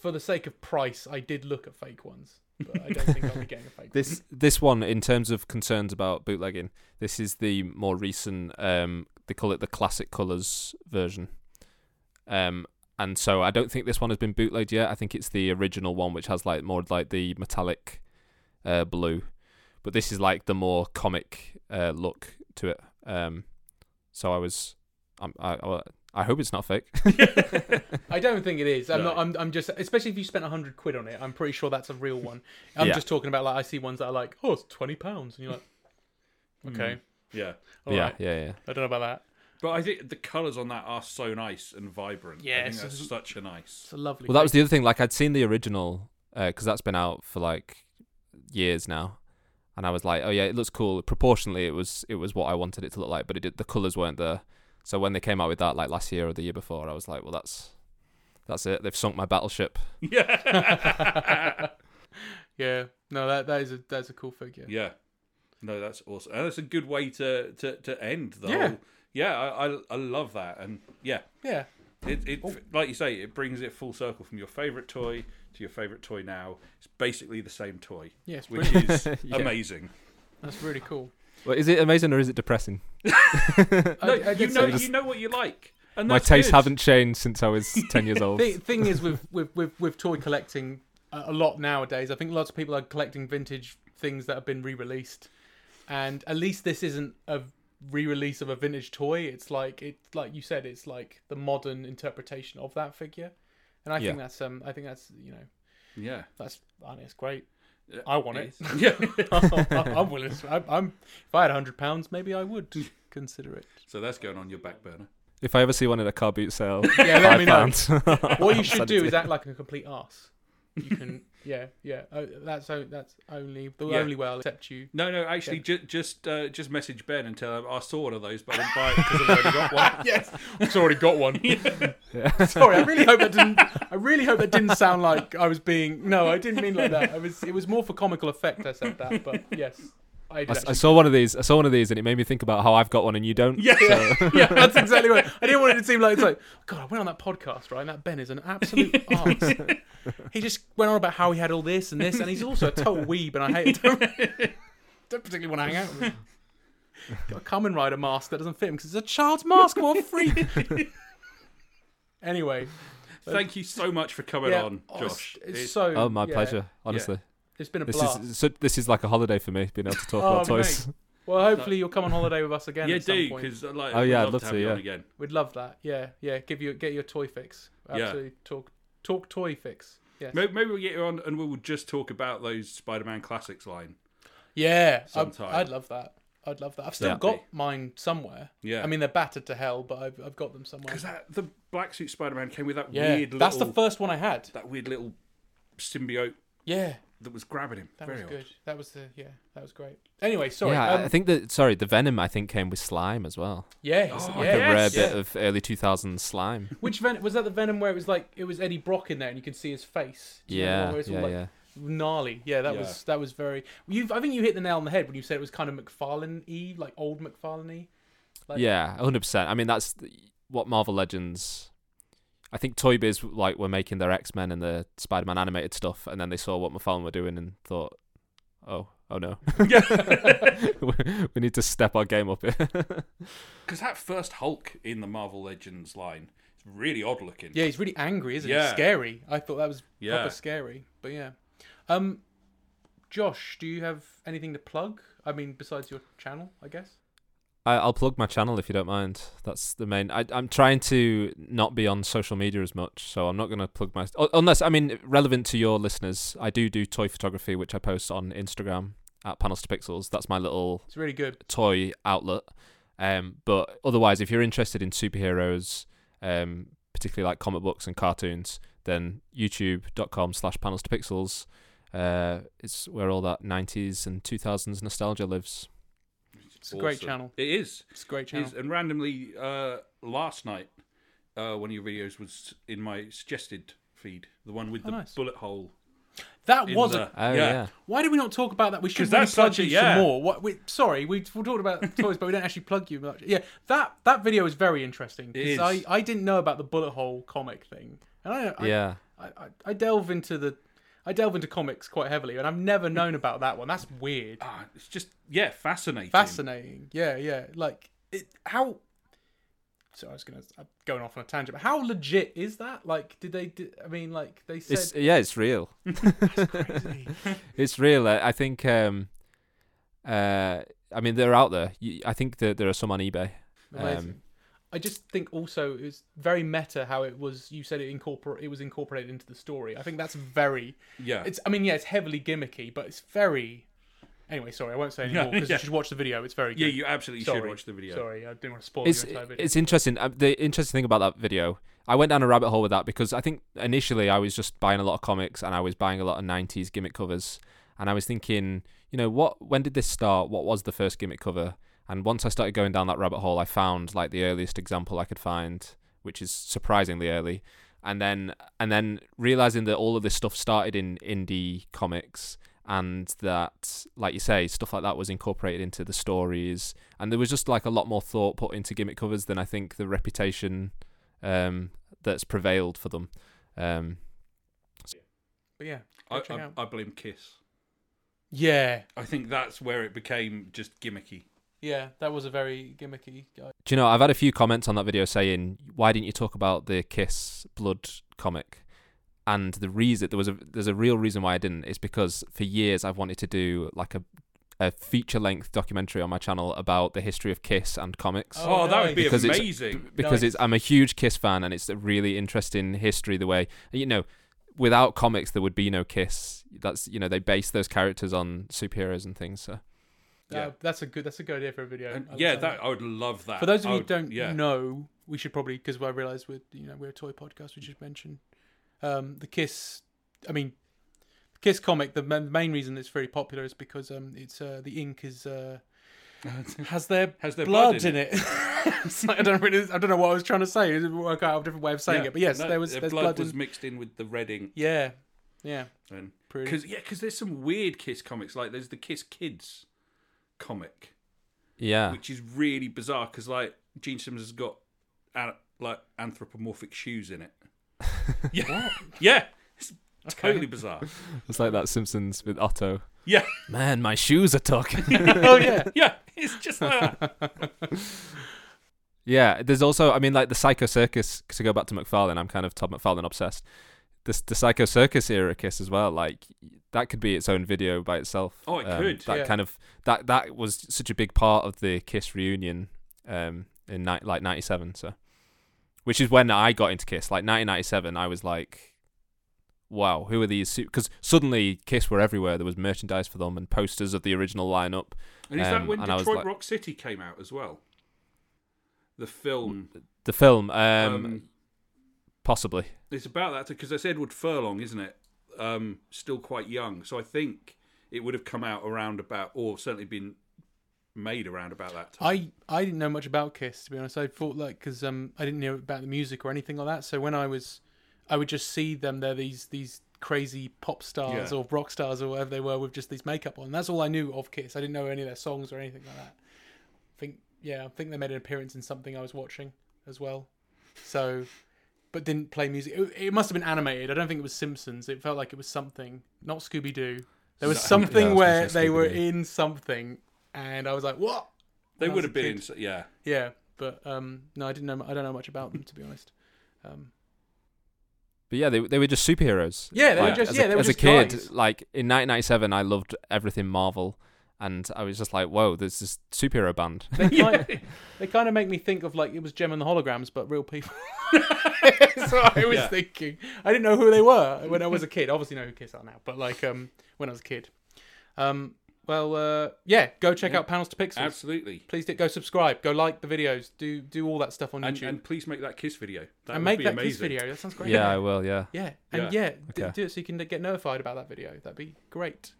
S1: for the sake of price, I did look at fake ones, but I don't think
S3: <laughs>
S1: I'll be getting a fake.
S3: this this one in terms of concerns about bootlegging, this is the more recent. Um, they call it the classic colors version. Um, and so I don't think this one has been bootlegged yet. I think it's the original one, which has like more like the metallic, uh, blue. But this is like the more comic uh, look to it. Um, so I was, I'm, I, I I hope it's not fake.
S1: one. I don't think it is. I'm
S2: No.
S1: not. I'm, I'm just especially if you spent hundred quid on it. I'm pretty sure that's a real one. I'm
S3: Yeah.
S1: just talking about like I see ones that are like oh it's twenty pounds and you're like okay
S2: Mm. Yeah.
S1: all right.
S3: yeah, yeah, Mm. yeah.
S1: I don't know about that.
S2: But I think the colours on that are so nice and vibrant. I think
S1: Yes.
S2: that's such a
S1: <laughs>
S2: nice. <laughs>
S1: It's a lovely.
S3: Well, that was
S1: figure.
S3: uh, the other thing. Like, I'd seen the original because that's been out for like years now, and I was like, oh yeah, it looks cool. Proportionally, it was it was what I wanted it to look like, but it did, the colors weren't there. So when they came out with that, like last year or the year before, I was like, well, that's that's it. They've sunk my battleship.
S2: Yeah.
S1: <laughs> Yeah. No, that that is a that's a cool figure.
S2: yeah. No, that's awesome. And that's a good way to to, to end the
S1: Yeah.
S2: whole. Yeah, I, I I love that, and yeah,
S1: Yeah.
S2: it, it
S1: Oh.
S2: like you say, it brings it full circle from your favorite toy to your favorite toy now. It's basically the same toy,
S1: <laughs> Yeah, it's
S2: which
S1: brilliant.
S2: is
S3: Yeah.
S2: amazing.
S1: That's really
S3: <laughs>
S1: cool. uh,
S3: Well, is it amazing or is it depressing?
S1: I-
S2: No,
S1: I
S2: you
S1: guess
S2: know
S1: so.
S2: you know what you like, and
S3: my
S2: that's
S3: tastes
S2: good.
S3: haven't changed since I was
S1: <laughs>
S3: ten years old.
S1: The thing is with with with, with toy collecting a a lot nowadays. I think lots of people are collecting vintage things that have been re-released, and at least this isn't a re-release of a vintage toy. It's like it's like you said, it's like the modern interpretation of that figure, and I
S3: Yeah.
S1: think that's um I think that's you know
S2: Yeah,
S1: that's I think it's great. <laughs>
S2: Yeah,
S1: I want it.
S2: <laughs> yeah.
S1: I'm I'm willing. To, I'm, I'm if I had hundred pounds, maybe I would consider it.
S2: So that's going on your back burner.
S3: If I ever see one at a car boot sale,
S1: <laughs> Yeah, let me
S3: five
S1: know.
S3: pounds.
S1: What <laughs> you should do is act like a complete ass. You can, <laughs> yeah, yeah. Oh, that's o- that's only the
S2: Yeah.
S1: only way I'll accept you.
S2: No, no, actually, ju- just uh, just message Ben and tell him I saw one of those, but I didn't buy it because I've already
S1: <laughs> <laughs>
S2: got one. <laughs>
S1: Yes, it's already got <laughs> one. Sorry, I really hope that <laughs> didn't. I really hope that didn't sound like I was being. No, I didn't mean like that. I was. It was more for comical effect. I said that, but yes, I
S3: <laughs> I,
S1: did.
S3: s- I
S1: actually-
S3: saw one of these. I saw one of these, and it made me think about how I've got one and you don't.
S2: Yeah.
S1: yeah, that's exactly right. I didn't want it to seem like it's like God. I went on that podcast, right? And that Ben is an
S3: <laughs>
S1: absolute arse. He just went on about how he had all this and this, and he's also a total weeb, and I hate. It. Don't, <laughs> don't particularly want to hang out with him. Got a Kamen Rider mask that doesn't fit him because it's a child's mask. What a freak!
S3: <laughs>
S1: anyway,
S2: <laughs> Thank you so much for coming
S1: yeah,
S2: on,
S1: oh, it's-
S2: Josh.
S1: It's,
S2: It's-
S1: so.
S3: Oh,
S1: <laughs>
S3: my
S1: yeah,
S3: pleasure. Honestly,
S1: It's been a
S3: this
S1: blast.
S3: is so, this is like a holiday for me being able to talk
S1: Oh,
S3: about toys.
S1: mate. Well, hopefully you'll come on holiday with us again.
S2: yeah,
S1: at some
S2: do
S1: point.
S2: because like,
S3: Oh,
S2: we'd
S3: yeah, I'd
S2: love,
S3: love
S2: to have
S3: to,
S2: you on
S3: yeah.
S2: again.
S1: We'd love that. Yeah, yeah. Give you get your toy fix.
S2: Yeah.
S1: Absolutely. Talk talk toy fix. Yes.
S2: Maybe, maybe we'll get you on and we will just talk about those Spider-Man classics line.
S1: Yeah. I'd,
S2: Sometime.
S1: I'd love that. I'd love that. I've still
S3: Yeah.
S1: got mine somewhere.
S2: Yeah.
S1: I mean, they're battered to hell, but I've, I've got them somewhere.
S2: Because that the black suit Spider-Man came with that
S1: Yeah.
S2: weird little
S1: That's the first one I had.
S2: that weird little symbiote
S1: Yeah.
S2: that was grabbing him.
S1: That
S2: Very
S1: was
S2: odd.
S1: good. That was the yeah. That was great. Anyway, <laughs> sorry.
S3: yeah, I-
S1: um,
S3: I think that. Sorry, the Venom. I think came with slime as well.
S1: yes.
S2: Oh,
S1: yes,
S3: The rare
S1: yeah.
S3: bit of early
S1: <laughs>
S3: 2000s slime.
S1: Which Venom was that? The Venom where it was like it was Eddie Brock in there, and you can see his face. Do you know the one
S3: Yeah,
S1: where it's all
S3: yeah,
S1: like
S3: yeah.
S1: gnarly. Yeah, that
S2: Yeah.
S1: was that was very. You, I think you hit the nail on the head when you said it was kind of McFarlane y, like old McFarlane y. like-
S3: yeah, hundred percent. I mean, that's the, what Marvel Legends. I think Toy Biz like were making their X Men and the Spider Man animated stuff, and then they saw what McFarlane were doing and thought, "Oh, oh no, <laughs>
S1: <laughs>
S2: <laughs>
S3: we we need to step our game up." here." <laughs>
S2: Because that first Hulk in the Marvel Legends line is really odd looking.
S1: Yeah, he's really angry, isn't he?
S2: Yeah.
S1: Scary. I thought that was
S2: Yeah.
S1: proper scary, but yeah. Um, Josh, do you have anything to plug? I mean, besides your channel, I guess.
S3: I, I'll plug my channel if you don't mind. That's the main. I, I'm trying to not be on social media as much, so I'm not going to plug my. u- Unless I mean, relevant to your listeners, I do do toy photography, which I post on Instagram at Panels to Pixels. That's my little
S1: It's really good.
S3: toy outlet. Um, but otherwise, if you're interested in superheroes, um, particularly like comic books and cartoons, then youtube.com slash panels to pixels. Uh, it's where all that 90s and 2000s nostalgia lives.
S1: It's a great
S2: Awesome.
S1: channel.
S2: It is.
S1: It's a great
S2: It
S1: channel.
S2: is. And randomly, uh, last night, uh, one of your videos was in my suggested feed, the one with
S1: Oh,
S2: the
S1: nice.
S2: bullet hole.
S1: That
S2: In
S1: was
S2: the,
S1: a.
S3: Oh,
S2: yeah.
S3: yeah.
S1: Why did we not talk about that? We should
S2: 'Cause
S1: really
S2: that's
S1: plug
S2: such a-
S1: you
S2: yeah.
S1: some more. What? We, sorry, we we talked
S2: <laughs>
S1: about toys, but we don't actually plug you much. Yeah, that that video is very interesting
S2: It is.
S1: because I, I didn't know about the bullet hole comic thing, and I, I
S3: yeah.
S1: I, I, I delve into the I delve into comics quite heavily, and I've never known about that one. That's
S2: <laughs>
S1: weird.
S2: Ah, it's just, yeah, fascinating.
S1: Fascinating. Yeah, yeah. Like it, how. So I was gonna I'm going off on a tangent, but how legit is that? Like, did they? Did, I mean, like they said.
S3: It's, yeah, it's real.
S1: <laughs> crazy.
S3: <laughs> It's real. I I think. Um, uh, I mean, they're out there. You- I think that there are some on eBay.
S2: Um,
S1: Amazing. I just think also it was very meta how it was. You said it incorporate it was incorporated into the story. I think that's very.
S2: Yeah.
S1: It's. I mean, yeah, it's heavily gimmicky, but it's very. Anyway, sorry, I won't say any
S2: Yeah,
S1: more because
S2: yeah.
S1: you should watch the video. It's very good.
S2: yeah, you absolutely should
S1: Sorry.
S2: watch the video.
S1: Sorry, I didn't want to spoil
S3: it's
S1: your entire video.
S3: it's interesting. Uh, The interesting thing about that video, I went down a rabbit hole with that because I think initially I was just buying a lot of comics and I was buying a lot of '90s gimmick covers, and I was thinking, you know, what when did this start? What was the first gimmick cover? And once I started going down that rabbit hole, I found like the earliest example I could find, which is surprisingly early. And then and then realizing that all of this stuff started in indie comics and that like you say stuff like that was incorporated into the stories and there was just like a lot more thought put into gimmick covers than I think the reputation um, that's prevailed for them. Um,
S1: But yeah, go
S2: I,
S1: check
S2: I,
S1: out.
S2: I blame Kiss.
S1: yeah,
S2: I think that's where it became just gimmicky.
S1: yeah, that was a very gimmicky guy.
S3: Do you know, I've had a few comments on that video saying, why didn't you talk about the Kiss Blood comic? And the reason there was a there's a real reason why I didn't is because for years I've wanted to do like a a feature length documentary on my channel about the history of Kiss and comics
S1: Oh,
S2: Oh, that would be
S3: nice. Because it's-
S2: amazing.
S3: because
S1: Nice.
S3: it's I'm a huge Kiss fan and it's a really interesting history the way you know without comics there would be no Kiss. That's you know they base those characters on superheroes and things. So
S2: Yeah.
S1: Uh, that's a good. That's a good idea for a video.
S2: And
S1: I would
S2: yeah,
S1: say.
S2: that I would love that.
S1: For those of
S2: I
S1: you who
S2: would-
S1: don't
S2: Uh, oh, yeah.
S1: know, we should probably because I realise we're you know we're a toy podcast. We should mention um, the Kiss. I mean, the Kiss comic. The ma- main reason it's very popular is because um, it's uh, the ink is uh,
S2: <laughs>
S1: has their
S2: Has their
S1: blood,
S2: blood
S1: in
S2: in
S1: it. <laughs> It's like, I don't really, I don't know what I was trying to say. It didn't work out a different way of saying it, but yes,
S2: no,
S1: there was
S2: their
S1: there's
S2: blood,
S1: blood.
S2: was
S1: in,
S2: mixed in with the red ink.
S1: yeah, yeah,
S2: And <laughs>
S1: pretty.
S2: because yeah, because there's some weird Kiss comics. Like there's the Kiss Kids comic,
S3: yeah,
S2: which is really bizarre. Because like Gene Simmons has got an, like anthropomorphic shoes in it.
S3: <laughs>
S2: yeah, yeah, it's totally bizarre.
S3: it's like that Simpsons with Otto.
S2: Yeah,
S3: Man, my shoes are talking.
S1: oh yeah,
S2: <laughs> yeah, it's just like that.
S3: Yeah, there's also, I mean, like the Psycho Circus. To go back to McFarlane, I'm kind of Todd McFarlane obsessed. This the Psycho Circus era kiss as well. Like that could be its own video by itself.
S2: Oh, it
S3: Um,
S2: could,
S3: That
S1: yeah.
S3: kind of that that was such a big part of the Kiss reunion um, in ni- like '97. So, which is when I got into Kiss. Like 1997, I was like, wow, who are these? Because suddenly Kiss were everywhere. There was merchandise for them and posters of the original lineup.
S2: And is
S3: Um,
S2: that when
S3: and I was
S2: Detroit
S3: like-
S2: Rock City came out as well? The film.
S3: The film, Mm. um,
S2: um,
S3: possibly.
S2: It's about that because that's Edward Furlong, isn't it? Um, still quite young, so I think it would have come out around about, or certainly been made around about that time.
S1: I I didn't know much about Kiss to be honest. I thought like because um I didn't know about the music or anything like that. So when I was, I would just see them. They're these these crazy pop stars
S2: Yeah.
S1: or rock stars or whatever they were with just these makeup on. That's all I knew of Kiss. I didn't know any of their songs or anything like that. I think yeah, I think they made an appearance in something I was watching as well. So, but didn't play music. It, it must have been animated. I don't think it was Simpsons. It felt like it was something, not Scooby Doo. There was
S2: No, yeah,
S1: something
S3: I was gonna
S1: where
S3: say
S1: they were
S3: Scooby-Doo.
S1: in something, and I was like, what?
S3: Oh,
S2: they
S1: when I
S2: would
S1: was
S2: have
S1: a
S2: been,
S1: kid.
S2: in, so- yeah.
S1: Yeah, but um, no, I didn't know. I don't know much about them to be honest. Um,
S3: But yeah, they they were just superheroes.
S1: Yeah, they were
S3: Like,
S1: just-
S3: as
S1: yeah,
S3: a,
S1: they were
S3: as
S1: just
S3: a
S1: <laughs>
S3: kid.
S1: guys.
S3: Like in 1997, I loved everything Marvel, and I was just like, whoa, there's this superhero band.
S1: <laughs> they kind they kind of make me think of like it was Gem and the Holograms, but real people. <laughs> That's what I was
S2: Yeah.
S1: thinking. I didn't know who they were when I was a kid. I Obviously, know who Kiss are now, but like um, when I was a kid. Um, well, uh, yeah, go check out Panels to Pixels.
S2: Absolutely.
S1: Please do, go subscribe, go like the videos, do do all that stuff on
S2: And,
S1: YouTube,
S2: and please make that kiss video. That
S1: And
S2: would
S1: make
S2: be
S1: that
S2: amazing.
S1: Kiss video. That sounds great.
S3: <laughs> yeah, I will. Yeah,
S1: yeah, and yeah,
S2: Yeah.
S1: d-
S3: Okay.
S1: do it so you can get notified about that video. That'd be great.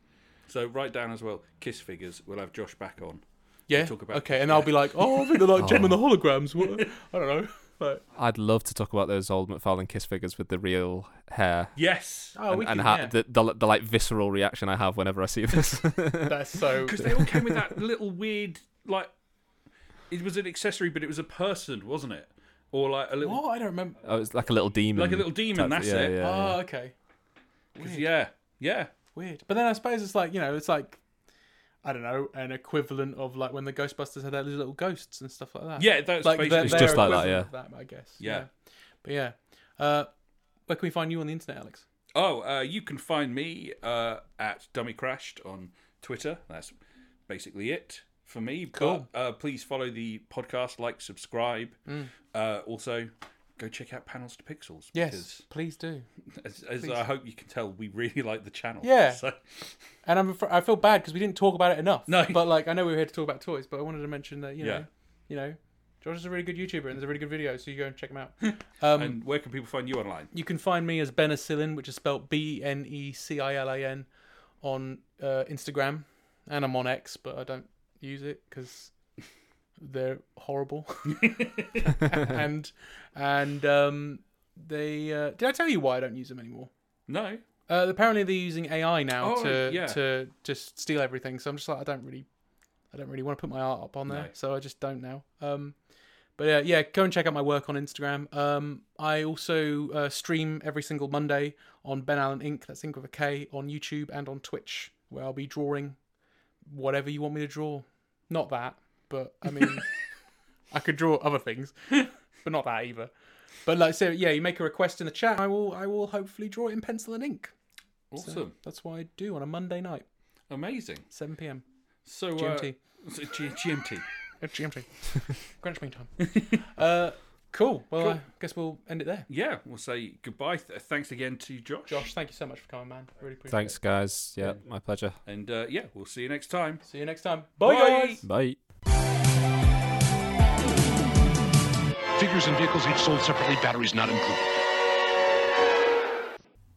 S2: So write down as well, kiss figures. We'll have Josh back on.
S1: Yeah.
S2: talk about
S1: okay,
S2: this,
S1: and I'll
S2: yeah.
S1: be like, oh, I think they're like Jim and the holograms. What? I don't know. <laughs> Like,
S3: I'd love to talk about those old McFarlane Kiss figures with the real hair.
S2: Yes. <laughs>
S1: oh,
S3: and
S1: we
S3: and
S1: can.
S3: ha-
S1: yeah.
S3: the, the the like visceral reaction I have whenever I see
S1: <laughs>
S3: this. <laughs>
S1: That's
S2: <laughs>
S1: so.
S2: Because they all came with that little weird, like, it was an accessory, but it was a person, wasn't it? Or like a little,
S1: What? I don't remember.
S3: oh, it's like a little demon.
S2: like a little demon.
S3: type-
S2: That's
S3: yeah,
S2: it.
S3: Yeah, yeah.
S1: Oh, okay.
S2: 'Cause Yeah. Yeah.
S1: Weird. But then I suppose it's like you know, it's like I don't know, an equivalent of like when the Ghostbusters had their little ghosts and stuff like that.
S2: Yeah. That's
S1: like
S2: basically.
S3: It's just like that,
S1: equivalent of That I guess.
S2: Yeah.
S1: But yeah, uh, where can we find you on the internet, Alex?
S2: Oh, uh, you can find me uh, at Dummy Crashed on Twitter. That's basically it for me.
S1: Cool. Mm.
S2: But uh, please follow the podcast, like, subscribe. Uh, also, go check out Panels to Pixels.
S1: Yes, please do.
S2: Because, as, as I hope you can tell, we really like the channel.
S1: Yeah.
S2: <laughs> So,
S1: And I'm afra- I feel bad because we didn't talk about it enough.
S2: No.
S1: But like I know we were here to talk about toys, but I wanted to mention that you know,
S2: Yeah.
S1: you know, Josh is a really good YouTuber and there's a really good video, so you go and check him out. <laughs> Um,
S2: and where can people find you online?
S1: you can find me as Benacillin, which is spelt B N E C I L A N, on uh, Instagram, and I'm on X, but I don't use it because they're
S2: <laughs>
S1: horrible. <laughs> and and um, they uh, did I tell you why I don't use them anymore?
S2: No.
S1: Uh, apparently they're using AI now
S2: Oh,
S1: to
S2: yeah.
S1: to just steal everything. So I'm just like I don't really, I don't really want to put my art up on there.
S2: No.
S1: So I just don't now. Um, but uh, yeah, go and check out my work on Instagram. Um, I also uh, stream every single Monday on Ben Allen Inc. That's Inc with a K on YouTube and on Twitch, where I'll be drawing whatever you want me to draw. Not that, but I mean,
S2: <laughs>
S1: I could draw other things, but not that either. But like, so yeah, you make a request in the chat. I will, I will hopefully draw it in pencil and ink.
S2: Awesome.
S1: That's what I do on a Monday night,
S2: Amazing.
S1: 7 p.m.
S2: So
S1: GMT.
S2: Uh, so G- GMT.
S1: At <laughs> GMT. Greenwich Mean Time. <laughs> uh, cool. Well, I guess we'll end it there.
S2: yeah, we'll say goodbye. Th- thanks again to Josh.
S1: Josh, thank you so much for coming, man. Really appreciate
S3: Thanks, guys. Yeah, my pleasure.
S2: And uh, yeah, we'll see you next time.
S1: it. See you next time. Bye,
S2: Bye.
S1: guys.
S3: Bye.
S4: Figures and vehicles each sold separately, batteries not included.